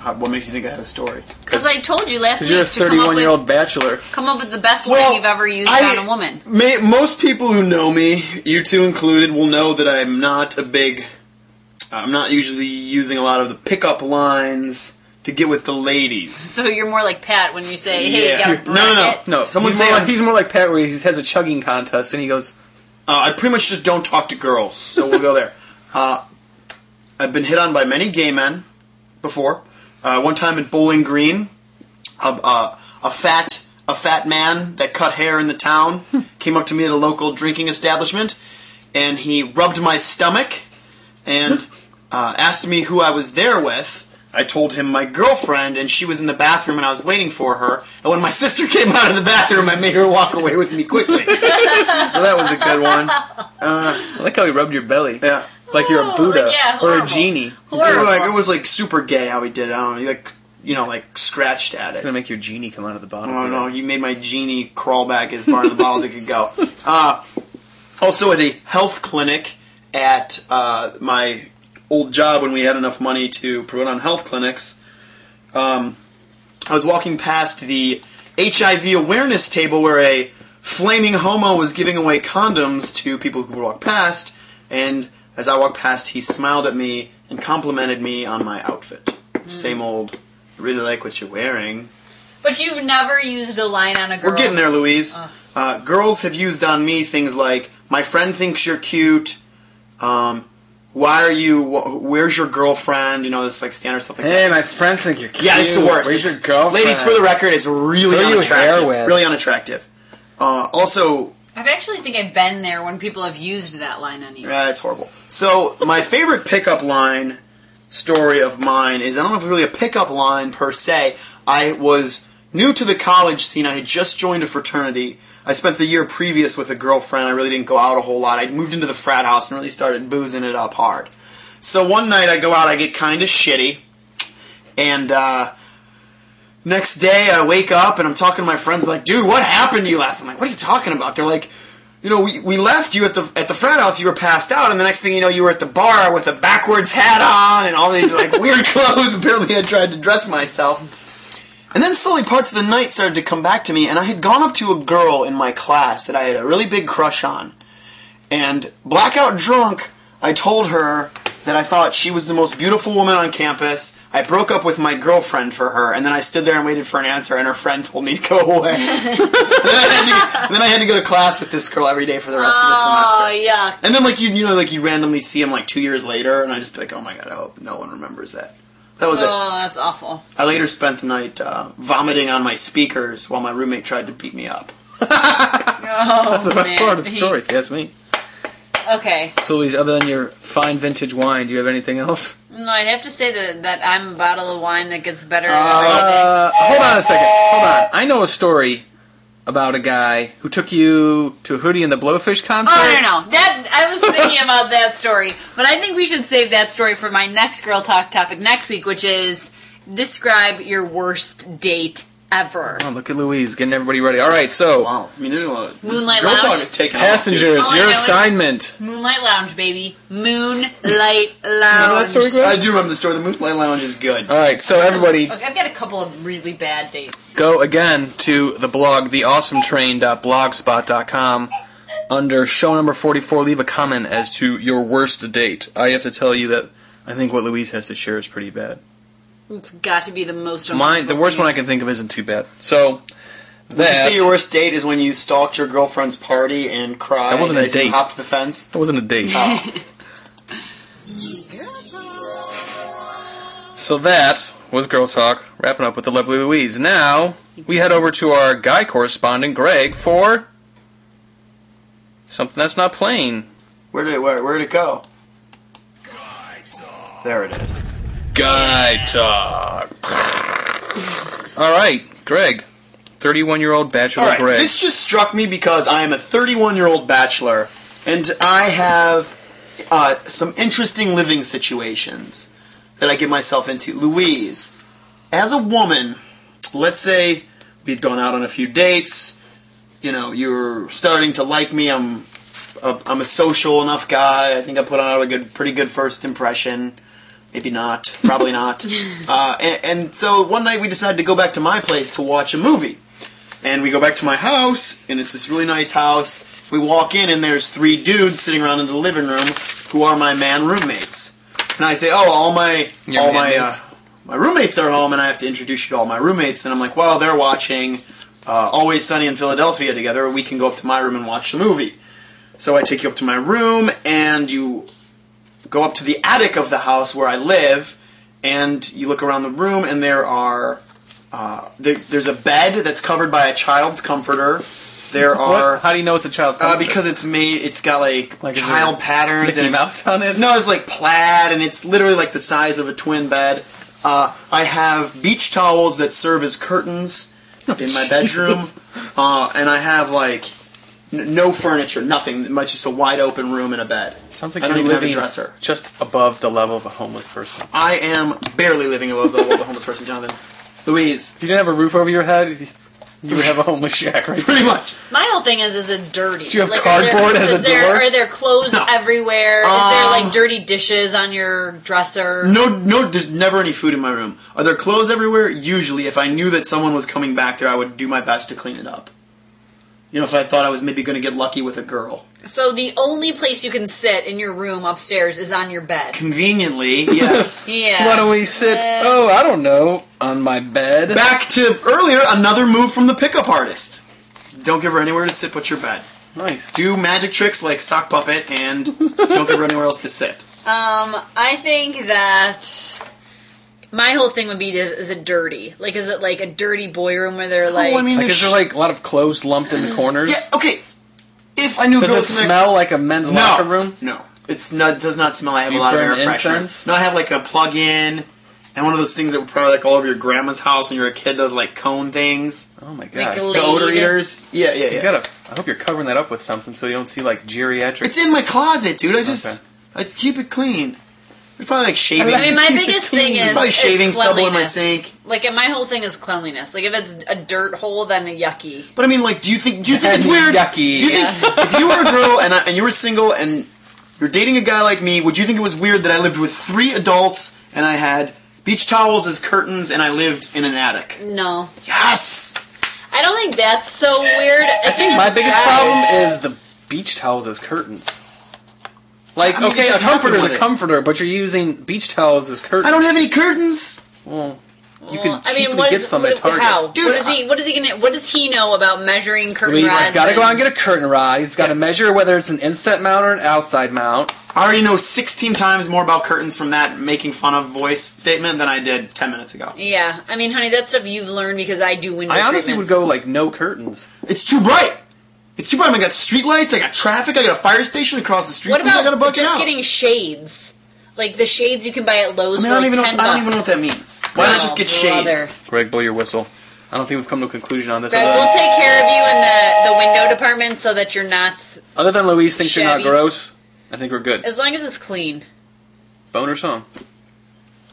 Speaker 4: How- Uh, What makes you think I have a story?
Speaker 3: Because I told you last
Speaker 2: Because you're a
Speaker 3: week to come up
Speaker 2: 31 year old
Speaker 3: with
Speaker 2: bachelor.
Speaker 3: come up with the best
Speaker 4: Well,
Speaker 3: line you've ever used
Speaker 4: I-
Speaker 3: on a woman.
Speaker 4: May, most people who know me, you two included, will know that I'm not a big. I'm not usually using a lot of the pickup lines to get with the ladies.
Speaker 3: So you're more like Pat when you say, "Hey,
Speaker 4: Yeah.
Speaker 3: you got a
Speaker 4: No, no, no.
Speaker 3: bracket?"
Speaker 2: No,
Speaker 4: Someone
Speaker 2: he's
Speaker 4: say
Speaker 2: more,
Speaker 4: I'm-
Speaker 2: like, he's more like Pat, where he has a chugging contest, and he goes,
Speaker 4: Uh, I pretty much just don't talk to girls, so we'll go there. Uh, I've been hit on by many gay men before. Uh, one time in Bowling Green, a, uh, a fat a fat man that cut hair in the town came up to me at a local drinking establishment, and he rubbed my stomach and uh, asked me who I was there with. I told him my girlfriend, and she was in the bathroom, and I was waiting for her. And when my sister came out of the bathroom, I made her walk away with me quickly. so that was a good one.
Speaker 2: "I like how he rubbed your belly,
Speaker 4: Yeah.
Speaker 2: like you're a
Speaker 3: Oh,
Speaker 2: Buddha
Speaker 3: yeah,
Speaker 2: or a
Speaker 3: horrible.
Speaker 2: genie." He's
Speaker 4: It was,
Speaker 3: Horrible.
Speaker 4: like, it was like super gay how he did it. I don't know. He like you know like scratched at
Speaker 2: gonna
Speaker 4: it.
Speaker 2: make your genie come out of the bottom.
Speaker 4: Oh no, he made my genie crawl back as far in the bottle as it could go. Uh, also at a health clinic at uh, my old job when we had enough money to put on health clinics. Um, I was walking past the HIV awareness table where a flaming homo was giving away condoms to people who would walk past, and as I walked past, he smiled at me and complimented me on my outfit. Same old, really like what you're wearing.
Speaker 3: But you've never used a line on a girl.
Speaker 4: We're getting there, Louise. Uh, girls have used on me things like, "My friend thinks you're cute." Um, why are you? Wh- where's your girlfriend? You know, this like standard stuff like
Speaker 2: Hey,
Speaker 4: that.
Speaker 2: my friends think you're cute.
Speaker 4: Yeah, it's the worst.
Speaker 2: Where's
Speaker 4: It's-
Speaker 2: your girlfriend?
Speaker 4: Ladies, for the record, it's really
Speaker 2: Who are you
Speaker 4: unattractive.
Speaker 2: hair with?
Speaker 4: Really unattractive. Uh, also,
Speaker 3: I actually think I've been there when people have used that line on you.
Speaker 4: uh, it's horrible. So, my favorite pickup line story of mine is I don't know if it's really a pickup line per se. I was new to the college scene. I had just joined a fraternity. I spent the year previous with a girlfriend. I really didn't go out a whole lot. I moved into the frat house and really started boozing it up hard. So one night I go out, I get kind of shitty, and uh, next day I wake up and I'm talking to my friends like, "Dude, what happened to you last?" night?" I'm like, "What are you talking about?" They're like, "You know, we, we left you at the at the frat house. You were passed out, and the next thing you know, you were at the bar with a backwards hat on and all these like weird clothes. Apparently, I tried to dress myself." And then slowly parts of the night started to come back to me, and I had gone up to a girl in my class that I had a really big crush on. And blackout drunk, I told her that I thought she was the most beautiful woman on campus. I broke up with my girlfriend for her, and then I stood there and waited for an answer, and her friend told me to go away. and, then I had to, and then I had to go to class with this girl every day for the rest of the semester.
Speaker 3: Oh yeah.
Speaker 4: And then like you you know like you randomly see him like two years later, and I just be like, oh my god, I hope no one remembers that. That was it.
Speaker 3: Oh, that's awful.
Speaker 4: I later spent the night uh, vomiting on my speakers while my roommate tried to beat me up.
Speaker 3: Oh,
Speaker 2: That's the best
Speaker 3: man.
Speaker 2: part of the
Speaker 3: He-
Speaker 2: story, if you ask me.
Speaker 3: Okay.
Speaker 2: So, Louise, other than your fine vintage wine, do you have anything else?
Speaker 3: No, I'd have to say that, that I'm a bottle of wine that gets better every day. Oh,
Speaker 2: Uh, hold on a second. Hold on. I know a story about a guy who took you to a Hootie and the Blowfish concert.
Speaker 3: Oh no, no, no. That I was thinking about that story, but I think we should save that story for my next girl talk topic next week, which is describe your worst date ever.
Speaker 2: Oh, look at Louise getting everybody ready. All right, so
Speaker 4: Wow, I mean there's a lot of this
Speaker 3: Moonlight
Speaker 4: girl
Speaker 3: Lounge?
Speaker 4: talk is taking off, dude.
Speaker 2: passengers,
Speaker 3: All Oh, I
Speaker 2: your
Speaker 3: know is-
Speaker 2: assignment.
Speaker 3: Moonlight Lounge, baby. Moonlight Lounge.
Speaker 2: story good?
Speaker 4: I do remember the story. The Moonlight Lounge is good.
Speaker 2: All right, so everybody,
Speaker 3: Look, I've got a couple of really bad dates.
Speaker 2: go again to the blog, theawesometrain.blogspot.com. Under show number 44, leave a comment as to your worst date. I have to tell you that I think what Louise has to share is pretty bad.
Speaker 3: It's got to be the most.
Speaker 2: Mine, the worst one I can think of isn't too bad. So,
Speaker 4: Did you
Speaker 2: that,
Speaker 4: say your worst date is when you stalked your girlfriend's party and cried?
Speaker 2: That wasn't a
Speaker 4: as you
Speaker 2: date.
Speaker 4: Hopped the fence.
Speaker 2: that wasn't a date.
Speaker 4: Oh.
Speaker 2: So that was Girl Talk, wrapping up with the lovely Louise. Now, we head over to our guy correspondent, Greg, for something that's not playing.
Speaker 4: Where did it, where, where'd it go? There it is.
Speaker 2: Guy Talk. All right, Greg, 31 year old bachelor
Speaker 4: All right,
Speaker 2: Greg.
Speaker 4: this just struck me because I am a 31 year old bachelor and I have uh, some interesting living situations that I get myself into. Louise, as a woman, let's say we've gone out on a few dates. You know, you're starting to like me. I'm a, I'm a social enough guy. I think I put on a good, pretty good first impression. Maybe not. Probably not. uh, and, and so one night we decided to go back to my place to watch a movie. And we go back to my house, and it's this really nice house. We walk in, and there's three dudes sitting around in the living room who are my man roommates. And I say, "Oh, all my
Speaker 2: Your
Speaker 4: all my uh,
Speaker 2: manmates.
Speaker 4: my roommates are home, and I have to introduce you to all my roommates." And I'm like, "Well, they're watching uh, Always Sunny in Philadelphia together. We can go up to my room and watch the movie." So I take you up to my room, and you go up to the attic of the house where I live, and you look around the room, and there are uh, there, there's a bed that's covered by a child's comforter. There
Speaker 2: What?
Speaker 4: are
Speaker 2: How do you know it's a child's
Speaker 4: uh,
Speaker 2: comfort?
Speaker 4: because it's made. It's got like,
Speaker 2: Like, is
Speaker 4: child
Speaker 2: there
Speaker 4: patterns
Speaker 2: Mickey
Speaker 4: and it's-
Speaker 2: Mouse on it?
Speaker 4: No, it's like plaid, and it's literally like the size of a twin bed. Uh, I have beach towels that serve as curtains in my bedroom,
Speaker 2: Oh, Jesus.
Speaker 4: uh, and I have like n- no furniture, nothing, much just a wide open room and a bed.
Speaker 2: Sounds like
Speaker 4: I don't
Speaker 2: you're
Speaker 4: even have a
Speaker 2: living
Speaker 4: dresser.
Speaker 2: just above the level of a homeless person.
Speaker 4: I am barely living above the level of a homeless person, Jonathan. Louise,
Speaker 2: If you didn't have a roof over your head, you would have a homeless shack right
Speaker 4: pretty much.
Speaker 3: My whole thing is, is it dirty?
Speaker 2: Do you have
Speaker 3: are there-
Speaker 2: cardboard as
Speaker 3: is
Speaker 2: a
Speaker 3: there,
Speaker 2: door?
Speaker 3: Are there clothes
Speaker 4: No.
Speaker 3: everywhere? is there
Speaker 4: Um,
Speaker 3: like dirty dishes on your dresser?
Speaker 4: No, no, there's never any food in my room. Are there clothes everywhere? Usually, if I knew that someone was coming back there, I would do my best to clean it up. You know, if I thought I was maybe going to get lucky with a girl.
Speaker 3: So the only place you can sit in your room upstairs is on your bed.
Speaker 4: Conveniently, yes.
Speaker 3: Yeah.
Speaker 2: Why don't we sit?
Speaker 3: Uh,
Speaker 2: Oh, I don't know, on my bed.
Speaker 4: back to earlier, another move from the pickup artist. Don't give her anywhere to sit but your bed.
Speaker 2: Nice.
Speaker 4: Do magic tricks like sock puppet, and don't give her anywhere else to sit.
Speaker 3: Um, I think that my whole thing would be: to, is it dirty? Like, is it like a dirty boy room where they're like?
Speaker 4: I mean,
Speaker 2: Like, is there like a lot of clothes lumped in the corners?
Speaker 4: yeah, okay. If I knew
Speaker 2: Does it
Speaker 4: girls in there-
Speaker 2: smell like a men's
Speaker 4: no,
Speaker 2: locker room?
Speaker 4: No, it's not. Does not smell. I have
Speaker 2: You
Speaker 4: a lot of air
Speaker 2: burn
Speaker 4: fresheners.
Speaker 2: incense?
Speaker 4: No, I have like a plug-in and one of those things that were probably like all over your grandma's house when you were a kid. Those like cone things,
Speaker 2: Oh my god.
Speaker 3: Like,
Speaker 4: the odor
Speaker 3: Blade.
Speaker 4: eaters. Yeah, yeah,
Speaker 2: you
Speaker 4: yeah.
Speaker 2: gotta. I hope you're covering that up with something so you don't see like geriatric.
Speaker 4: It's in my closet, dude. I just I keep it clean. There's probably like shaving.
Speaker 3: I mean, my biggest thing is
Speaker 4: probably
Speaker 3: is
Speaker 4: shaving stubble in my
Speaker 3: cleanliness.
Speaker 4: sink.
Speaker 3: Like, and my whole thing is cleanliness. Like, if it's a dirt hole, then a yucky.
Speaker 4: But I mean, like, do you think do you think it's
Speaker 2: And
Speaker 4: weird?
Speaker 2: yucky.
Speaker 4: Do you think if you were a girl and, I, and you were single and you're dating a guy like me, would you think it was weird that I lived with three adults and I had beach towels as curtains and I lived in an attic?
Speaker 3: No,
Speaker 4: Yes.
Speaker 3: I don't think that's so weird. I think
Speaker 2: my biggest
Speaker 3: that
Speaker 2: problem is the beach towels as curtains. Like,
Speaker 4: I mean,
Speaker 2: okay,
Speaker 4: it
Speaker 2: a
Speaker 4: just
Speaker 2: comforter is a
Speaker 4: happened with it.
Speaker 2: comforter, but you're using beach towels as curtains.
Speaker 4: I don't have any curtains.
Speaker 2: Well, you
Speaker 3: Well,
Speaker 2: can
Speaker 3: I
Speaker 2: cheaply
Speaker 3: mean, what
Speaker 2: get
Speaker 3: is-
Speaker 2: some
Speaker 3: what,
Speaker 2: at Target.
Speaker 3: How?
Speaker 4: Dude,
Speaker 3: what is he? What is he gonna? What does he know about measuring
Speaker 2: I
Speaker 3: curtain
Speaker 2: mean,
Speaker 3: rods?
Speaker 2: he's got to go
Speaker 3: and-
Speaker 2: out and get a curtain rod. He's got to measure whether it's an inset mount or an outside mount.
Speaker 4: I already know 16 times more about curtains from that making fun of voice statement than I did 10 minutes ago.
Speaker 3: Yeah, I mean, honey, that's stuff you've learned because I do window
Speaker 2: I honestly would go
Speaker 3: treatments.
Speaker 2: like no curtains.
Speaker 4: It's too bright. It's too bright. I got street lights. I got traffic. I got a fire station across the street.
Speaker 3: What
Speaker 4: from me, I got a
Speaker 3: about
Speaker 4: bucket
Speaker 3: just
Speaker 4: out.
Speaker 3: getting shades? Like the shades you can buy at Lowe's
Speaker 4: I, mean, I
Speaker 3: for
Speaker 4: don't
Speaker 3: like
Speaker 4: even know.
Speaker 3: ten
Speaker 4: What, I don't even know what
Speaker 3: bucks.
Speaker 4: that means. Why
Speaker 3: Oh,
Speaker 4: not just get
Speaker 3: brother.
Speaker 4: shades?
Speaker 2: Greg, blow your whistle. I don't think we've come to a conclusion on this.
Speaker 3: Greg,
Speaker 2: other,
Speaker 3: we'll take care of you in the, the window department so that you're not.
Speaker 2: other than Louise thinks
Speaker 3: Shabby.
Speaker 2: you're not gross, I think we're good.
Speaker 3: As long as it's clean.
Speaker 2: Boner song.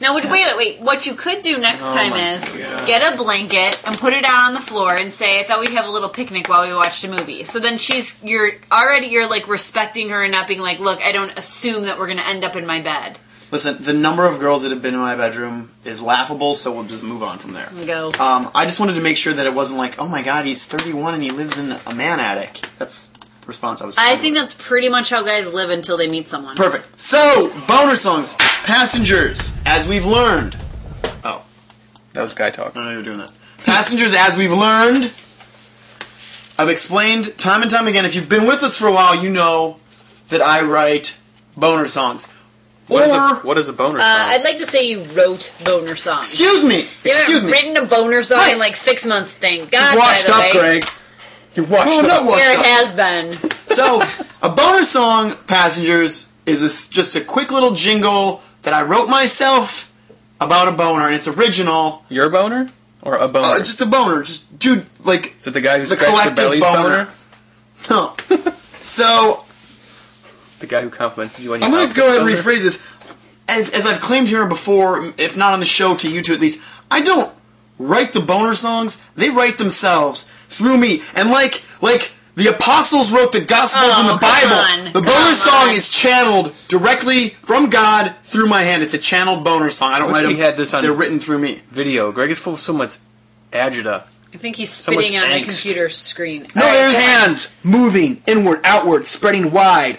Speaker 3: Now, would, wait, wait, wait. What you could do next
Speaker 2: Oh
Speaker 3: time
Speaker 2: my
Speaker 3: is
Speaker 2: God.
Speaker 3: get a blanket and put it out on the floor and say, "I thought we'd have a little picnic while we watched a movie." So then she's you're already you're like respecting her and not being like, "Look, I don't assume that we're going to end up in my bed."
Speaker 4: Listen, the number of girls that have been in my bedroom is laughable, so we'll just move on from there.
Speaker 3: Go.
Speaker 4: Um, I just wanted to make sure that it wasn't like, oh my god, he's 31 and he lives in a man attic. That's the response I was.
Speaker 3: I
Speaker 4: trying to
Speaker 3: think
Speaker 4: make.
Speaker 3: that's pretty much how guys live until they meet someone.
Speaker 4: perfect. So boner songs, passengers, as we've learned. Oh,
Speaker 2: That was guy talk.
Speaker 4: I don't know you were doing that. Passengers, as we've learned, I've explained time and time again. If you've been with us for a while, you know that I write boner songs.
Speaker 2: What is a,
Speaker 4: or
Speaker 2: what is a boner
Speaker 3: Uh,
Speaker 2: song?
Speaker 3: I'd like to say you wrote boner songs.
Speaker 4: excuse me,
Speaker 3: you haven't
Speaker 4: excuse me.
Speaker 3: written a boner song
Speaker 4: Right.
Speaker 3: in like six months. Thank God.
Speaker 4: You're washed
Speaker 3: by the
Speaker 4: up,
Speaker 3: way.
Speaker 2: Greg. You watched
Speaker 4: Oh,
Speaker 2: it
Speaker 4: no,
Speaker 2: up.
Speaker 4: what-
Speaker 3: Here it
Speaker 4: up.
Speaker 3: has been.
Speaker 4: So, a bonus song, Passengers, is a s just a quick little jingle that I wrote myself about a boner, and it's original.
Speaker 2: Your boner or a boner?
Speaker 4: Uh, just a boner. Just, dude, like,
Speaker 2: is it the guy who
Speaker 4: the
Speaker 2: scratched their
Speaker 4: collective
Speaker 2: belly's
Speaker 4: boner.
Speaker 2: boner?
Speaker 4: no. so,
Speaker 2: The guy who complimented you on your
Speaker 4: I'm going to
Speaker 2: outfit
Speaker 4: go ahead and
Speaker 2: boner?
Speaker 4: rephrase this. As, as I've claimed here before, if not on the show, to you two at least, I don't write the boner songs. They write themselves through me. And like like the apostles wrote the gospels
Speaker 3: Oh,
Speaker 4: in the
Speaker 3: come
Speaker 4: Bible,
Speaker 3: on,
Speaker 4: the
Speaker 3: come
Speaker 4: boner song
Speaker 3: on.
Speaker 4: is channeled directly from God through my hand. It's a channeled boner song. I don't
Speaker 2: wish
Speaker 4: write
Speaker 2: we
Speaker 4: them.
Speaker 2: had this on-
Speaker 4: They're written through me.
Speaker 2: Video. Greg is full of so much agita.
Speaker 3: I think he's
Speaker 2: much
Speaker 3: spitting on the
Speaker 2: angst.
Speaker 3: computer screen.
Speaker 4: No, there's
Speaker 2: hands moving inward, outward, spreading wide,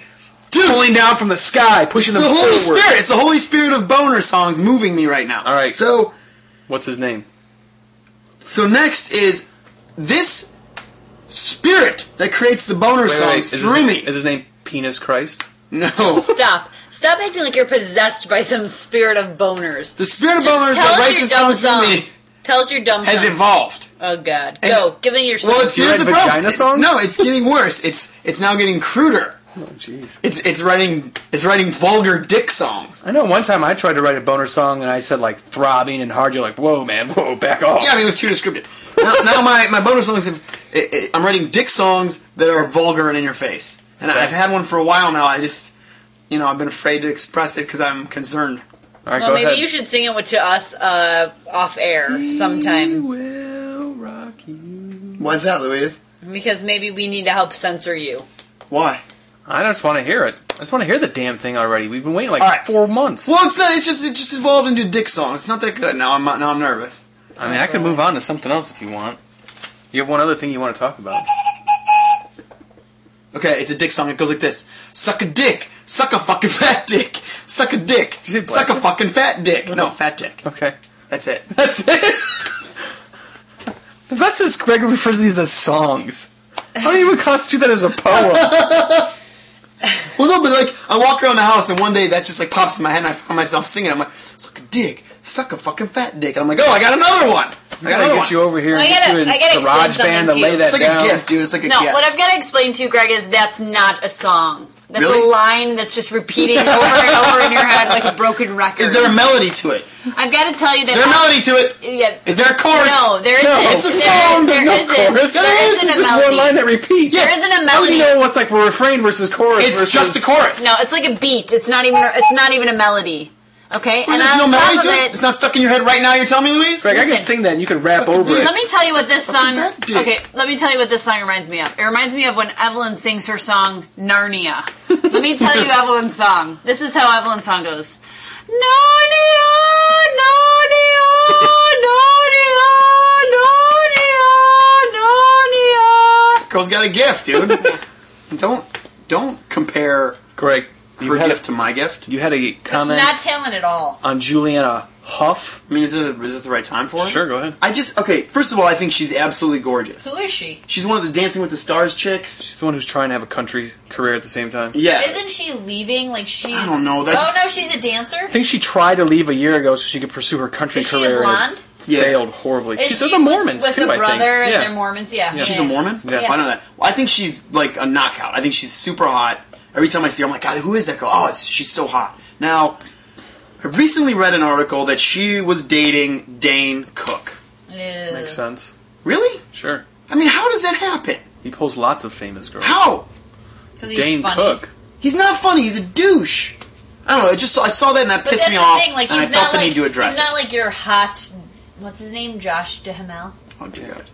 Speaker 4: Dude,
Speaker 2: pulling down from the sky, pushing
Speaker 4: it's
Speaker 2: them
Speaker 4: the Holy
Speaker 2: forward.
Speaker 4: Spirit. It's the Holy Spirit of boner songs moving me right now.
Speaker 2: All right.
Speaker 4: So
Speaker 2: What's his name?
Speaker 4: So next is this spirit that creates the boner
Speaker 2: Wait, wait, wait.
Speaker 4: songs
Speaker 2: Is his
Speaker 4: through
Speaker 2: name-
Speaker 4: me.
Speaker 2: Is his name Penis Christ?
Speaker 4: no.
Speaker 3: Stop. Stop acting like you're possessed by some spirit of boners.
Speaker 4: The spirit of
Speaker 3: Just
Speaker 4: boners
Speaker 3: tell
Speaker 4: that
Speaker 3: us
Speaker 4: writes
Speaker 3: your
Speaker 4: the
Speaker 3: dumb
Speaker 4: songs through me
Speaker 3: song. Tell us your dumb
Speaker 4: has
Speaker 3: song.
Speaker 4: evolved.
Speaker 3: oh God. Go. Give me your song.
Speaker 4: Well, it's
Speaker 2: You
Speaker 4: here's
Speaker 2: write
Speaker 4: the problem.
Speaker 2: vagina
Speaker 4: It-
Speaker 2: songs?
Speaker 4: No, it's getting worse. It's it's now getting cruder.
Speaker 2: Oh, jeez.
Speaker 4: It's it's writing it's writing vulgar dick songs.
Speaker 2: I know one time I tried to write a boner song and I said like throbbing and hard. You're like, whoa, man, whoa, back off.
Speaker 4: Yeah, I mean, it was too descriptive. now, now my my boner songs have i i I'm writing dick songs that are vulgar and in your face. And I've had one for a while now. I just you know I've been afraid to express it because I'm concerned.
Speaker 2: All right,
Speaker 3: well,
Speaker 2: go
Speaker 3: maybe
Speaker 2: ahead.
Speaker 3: you should sing it with, to us uh, off air sometime
Speaker 2: will rock you.
Speaker 4: Why's that, Louise?
Speaker 3: because maybe we need to help censor you.
Speaker 4: Why?
Speaker 2: I just want to hear it. I just want to hear the damn thing already. We've been waiting like
Speaker 4: All right.
Speaker 2: four months.
Speaker 4: Well, it's not. It's just it just evolved into dick songs. It's not that good. Now I'm now I'm nervous.
Speaker 2: I mean, I could move on to something else if you want. You have one other thing you want to talk about.
Speaker 4: Okay, it's a dick song. It goes like this: Suck a dick, suck a fucking fat dick, suck a dick,
Speaker 2: Did you say
Speaker 4: suck a
Speaker 2: black?
Speaker 4: fucking fat dick. No, fat dick.
Speaker 2: Okay.
Speaker 4: That's it.
Speaker 2: That's it. the best is Greg refers to these as songs. I don't even constitute that as a poem.
Speaker 4: Well, no, but like I walk around the house and one day that just like pops in my head and I find myself singing. I'm like, suck a dick, suck a fucking fat dick, and I'm like, oh, I got another one. I
Speaker 2: I
Speaker 4: got
Speaker 2: gotta
Speaker 4: another
Speaker 2: get
Speaker 4: one.
Speaker 2: you over here and
Speaker 3: I
Speaker 2: get
Speaker 3: gotta-
Speaker 2: you in
Speaker 3: I gotta explain
Speaker 2: garage band to
Speaker 3: something to
Speaker 2: lay
Speaker 3: you.
Speaker 2: that
Speaker 4: It's like
Speaker 2: down.
Speaker 4: a gift, dude. It's like a
Speaker 3: No,
Speaker 4: gift.
Speaker 3: what I've got to explain to you, Greg, is that's not a song. That's
Speaker 4: Really?
Speaker 3: a line that's just repeating over and over in your head like a broken record.
Speaker 4: Is there a melody to it?
Speaker 3: I've got to tell you that.
Speaker 4: Is there a melody to it?
Speaker 3: Yeah.
Speaker 4: Is there a chorus?
Speaker 3: No, there
Speaker 2: No,
Speaker 3: isn't.
Speaker 2: it's
Speaker 4: a
Speaker 3: There-
Speaker 4: song,
Speaker 3: There
Speaker 2: no
Speaker 3: isn't.
Speaker 2: chorus.
Speaker 3: There
Speaker 2: There
Speaker 3: isn't
Speaker 2: It's
Speaker 3: a
Speaker 2: just
Speaker 3: melody.
Speaker 2: one line that repeats.
Speaker 3: There isn't a
Speaker 2: How do you
Speaker 3: melody.
Speaker 2: know what's like refrain versus chorus?
Speaker 4: It's
Speaker 2: versus...
Speaker 4: just a chorus.
Speaker 3: No, it's like a beat. It's not even. It's not even a melody. Okay,
Speaker 4: Well,
Speaker 3: and
Speaker 4: there's
Speaker 3: on
Speaker 4: no
Speaker 3: top
Speaker 4: melody
Speaker 3: of
Speaker 4: to it.
Speaker 3: it,
Speaker 4: It's not stuck in your head right now. You're telling me, Louise?
Speaker 2: Greg, I can
Speaker 3: Listen.
Speaker 2: sing that and you can rap
Speaker 4: Suck a
Speaker 2: over
Speaker 4: dick.
Speaker 2: it.
Speaker 3: let me tell you what this
Speaker 4: Suck a
Speaker 3: song.
Speaker 4: fat dick.
Speaker 3: Okay, let me tell you what this song reminds me of. It reminds me of when Evelyn sings her song Narnia. let me tell you Evelyn's song. This is how Evelyn's song goes. Narnia, Narnia, Narnia, Narnia, Narnia.
Speaker 4: Girl's got a gift, dude. don't don't compare
Speaker 2: Greg, You
Speaker 4: her
Speaker 2: had-
Speaker 4: gift to my gift.
Speaker 2: You had a comment
Speaker 3: It's not talent at all.
Speaker 2: on Juliana Huff.
Speaker 4: I mean, is it is it the right time for it?
Speaker 2: Sure, go ahead.
Speaker 4: I just okay. First of all, I think she's absolutely gorgeous.
Speaker 3: Who is she?
Speaker 4: She's one of the Dancing with the Stars chicks.
Speaker 2: She's the one who's trying to have a country career at the same time.
Speaker 4: Yeah,
Speaker 3: Isn't she leaving? Like she's.
Speaker 4: I don't know, that's-
Speaker 3: Oh no, she's a dancer.
Speaker 2: I think she tried to leave a year ago so she could pursue her country
Speaker 3: Is she a
Speaker 2: career.
Speaker 3: blonde?
Speaker 2: and
Speaker 4: Yeah.
Speaker 2: Failed horribly.
Speaker 3: Is
Speaker 2: She's
Speaker 3: she
Speaker 2: they're the
Speaker 3: with-
Speaker 2: Mormons
Speaker 3: with
Speaker 2: too.
Speaker 3: her
Speaker 2: I think.
Speaker 3: brother and
Speaker 2: yeah.
Speaker 3: they're Mormons? Yeah.
Speaker 4: she's a Mormon.
Speaker 2: Yeah.
Speaker 4: I know that. Well, I think she's like a knockout. I think she's super hot. Every time I see her, I'm like, God, who is that girl? Oh, it's- she's so hot. Now, I recently read an article that she was dating Dane Cook.
Speaker 3: Ew.
Speaker 2: Makes sense.
Speaker 4: Really?
Speaker 2: Sure.
Speaker 4: I mean, how does that happen?
Speaker 2: He pulls lots of famous girls.
Speaker 4: How?
Speaker 3: 'Cause he's
Speaker 2: Dane
Speaker 3: funny.
Speaker 2: Cook.
Speaker 4: He's not funny. He's a douche. I don't know. I just I saw that and that
Speaker 3: But
Speaker 4: pissed
Speaker 3: that's
Speaker 4: me
Speaker 3: the
Speaker 4: off,
Speaker 3: thing. Like
Speaker 4: and I
Speaker 3: he's
Speaker 4: felt
Speaker 3: not
Speaker 4: the
Speaker 3: like
Speaker 4: need to address
Speaker 3: he's not
Speaker 4: it.
Speaker 3: like your hot. What's his name? Josh Duhamel.
Speaker 4: oh dear God.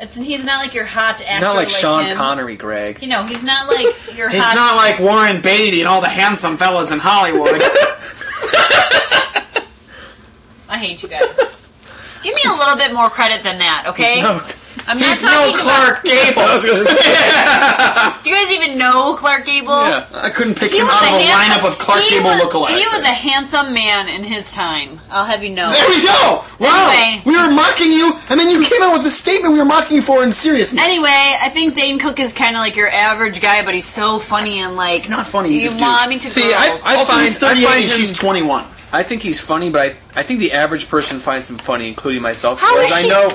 Speaker 3: It's he's not like your hot actor.
Speaker 2: He's not like, Sean
Speaker 3: him.
Speaker 2: Connery, Greg.
Speaker 3: You know, he's not like your
Speaker 4: It's
Speaker 3: hot.
Speaker 4: not like Warren Beatty and all the handsome fellas in Hollywood.
Speaker 3: I hate you guys. Give me a little bit more credit than that, okay?
Speaker 2: No.
Speaker 3: I'm not
Speaker 4: He's no
Speaker 3: talking
Speaker 4: Clark
Speaker 2: I
Speaker 4: Gable.
Speaker 2: was gonna say.
Speaker 3: about. Do you guys even know Clark Gable?
Speaker 2: yeah.
Speaker 4: I couldn't pick him out of a lineup of Clark
Speaker 3: he
Speaker 4: Gable
Speaker 3: was,
Speaker 4: lookalikes.
Speaker 3: He was a handsome man in his time. I'll have you know.
Speaker 4: There we go. Wow.
Speaker 3: Anyway.
Speaker 4: We were mocking you, and then you came out with a statement we were mocking you for in seriousness.
Speaker 3: Anyway, I think Dane Cook is kind of like your average guy, but he's so funny and like he's
Speaker 4: not funny, he's a
Speaker 3: You
Speaker 4: dude.
Speaker 3: want me to
Speaker 2: See, I-
Speaker 3: girls.
Speaker 2: I-
Speaker 4: also, he's
Speaker 2: find-
Speaker 4: 38
Speaker 2: find
Speaker 4: and
Speaker 2: him-
Speaker 4: she's 21.
Speaker 2: I think he's funny, but I, I think the average person finds him funny, including myself.
Speaker 3: How
Speaker 2: whereas
Speaker 3: is
Speaker 2: I
Speaker 3: she-
Speaker 2: know,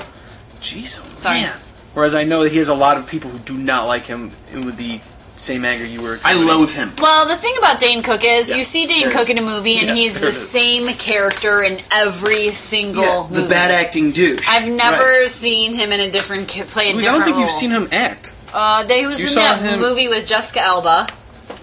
Speaker 2: jeez, oh
Speaker 3: Sorry.
Speaker 2: man. Whereas I know that he has a lot of people who do not like him and with the same anger you were.
Speaker 4: I loathe him.
Speaker 3: well, the thing about Dane Cook is you see
Speaker 2: there
Speaker 3: Dane
Speaker 2: it
Speaker 3: Cook
Speaker 2: is.
Speaker 3: in a movie, and
Speaker 2: Yeah,
Speaker 3: he's
Speaker 2: there
Speaker 3: the
Speaker 2: it is.
Speaker 3: same character in every single
Speaker 4: Yeah, the
Speaker 3: movie.
Speaker 4: bad acting douche.
Speaker 3: I've never
Speaker 4: Right.
Speaker 3: seen him in a different ki- play a
Speaker 2: I
Speaker 3: different
Speaker 2: don't think
Speaker 3: role.
Speaker 2: you've seen him act.
Speaker 3: Uh, there he was
Speaker 2: You
Speaker 3: in
Speaker 2: saw
Speaker 3: that
Speaker 2: him-
Speaker 3: movie with Jessica Alba,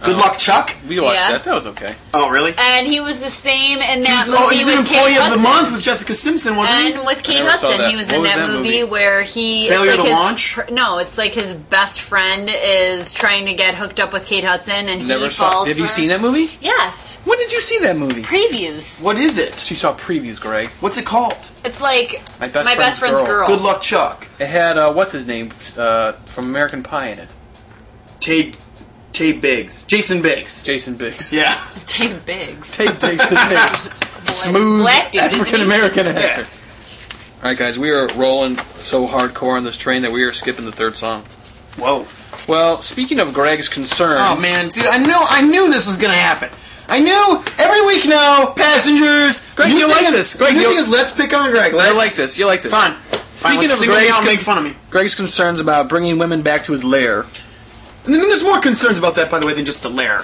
Speaker 4: Good luck, Chuck.
Speaker 2: We watched
Speaker 3: Yeah.
Speaker 2: that. That was okay.
Speaker 4: Oh, really?
Speaker 3: and he was the same in that
Speaker 4: He's,
Speaker 3: movie
Speaker 4: oh, he's
Speaker 3: with
Speaker 4: an
Speaker 3: Kate
Speaker 4: employee of the
Speaker 3: Hudson.
Speaker 4: month with Jessica Simpson, wasn't he?
Speaker 3: And with Kate
Speaker 2: never saw
Speaker 3: Hudson,
Speaker 2: that.
Speaker 3: he was
Speaker 2: What
Speaker 3: in
Speaker 2: was
Speaker 3: that,
Speaker 2: that
Speaker 3: movie,
Speaker 2: movie?
Speaker 3: where he
Speaker 4: Failure
Speaker 3: it's like
Speaker 4: to
Speaker 3: his,
Speaker 4: Launch?
Speaker 3: pr- No, it's like his best friend is trying to get hooked up with Kate Hudson, and
Speaker 2: Never
Speaker 3: he
Speaker 2: saw.
Speaker 3: falls.
Speaker 2: Have you
Speaker 3: for-
Speaker 2: seen that movie?
Speaker 3: Yes,
Speaker 2: When did you see that movie?
Speaker 3: previews.
Speaker 4: What is it?
Speaker 2: She saw previews, Greg.
Speaker 4: What's it called?
Speaker 3: It's like
Speaker 2: My Best Friend's
Speaker 3: friend's
Speaker 2: Girl.
Speaker 3: girl.
Speaker 4: Good luck, Chuck.
Speaker 2: It had uh, what's his name uh, from American Pie in it.
Speaker 4: Tay, Tay Biggs. Jason Biggs.
Speaker 2: Jason Biggs.
Speaker 4: Yeah.
Speaker 3: Dave Biggs,
Speaker 2: Take Jason Biggs. Smooth
Speaker 3: Black dude, isn't he?
Speaker 2: African American actor.
Speaker 4: Yeah.
Speaker 2: All right, guys, we are rolling so hardcore on this train that we are skipping the third song.
Speaker 4: Whoa.
Speaker 2: Well, speaking of Greg's concerns,
Speaker 4: Oh man, dude, I know, I knew this was gonna happen. I knew every week now, passengers.
Speaker 2: Greg,
Speaker 4: new
Speaker 2: you'll
Speaker 4: thing
Speaker 2: like
Speaker 4: is-
Speaker 2: this. Greg,
Speaker 4: new
Speaker 2: you'll-
Speaker 4: thing is let's pick on Greg. Let's,
Speaker 2: you like this. You like this.
Speaker 4: Fine. Speaking
Speaker 2: Speaking of
Speaker 4: let's of see what
Speaker 2: Greg's
Speaker 4: y'all
Speaker 2: con-
Speaker 4: make fun of me.
Speaker 2: Greg's concerns about bringing women back to his lair.
Speaker 4: And then there's more concerns about that, by the way, than just the lair.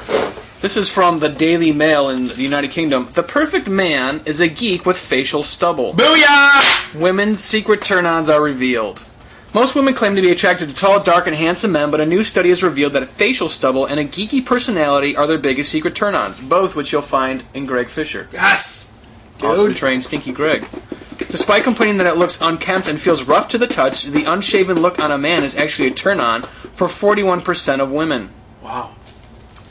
Speaker 2: This is from the Daily Mail in the United Kingdom. The perfect man is a geek with facial stubble.
Speaker 4: Booyah!
Speaker 2: Women's secret turn ons are revealed. Most women claim to be attracted to tall, dark, and handsome men, but a new study has revealed that a facial stubble and a geeky personality are their biggest secret turn ons, both which you'll find in Greg Fisher.
Speaker 4: Yes.
Speaker 2: Austin
Speaker 4: Dude.
Speaker 2: Train Stinky Greg. Despite complaining that it looks unkempt and feels rough to the touch, the unshaven look on a man is actually a turn on for 41% of women.
Speaker 4: Wow.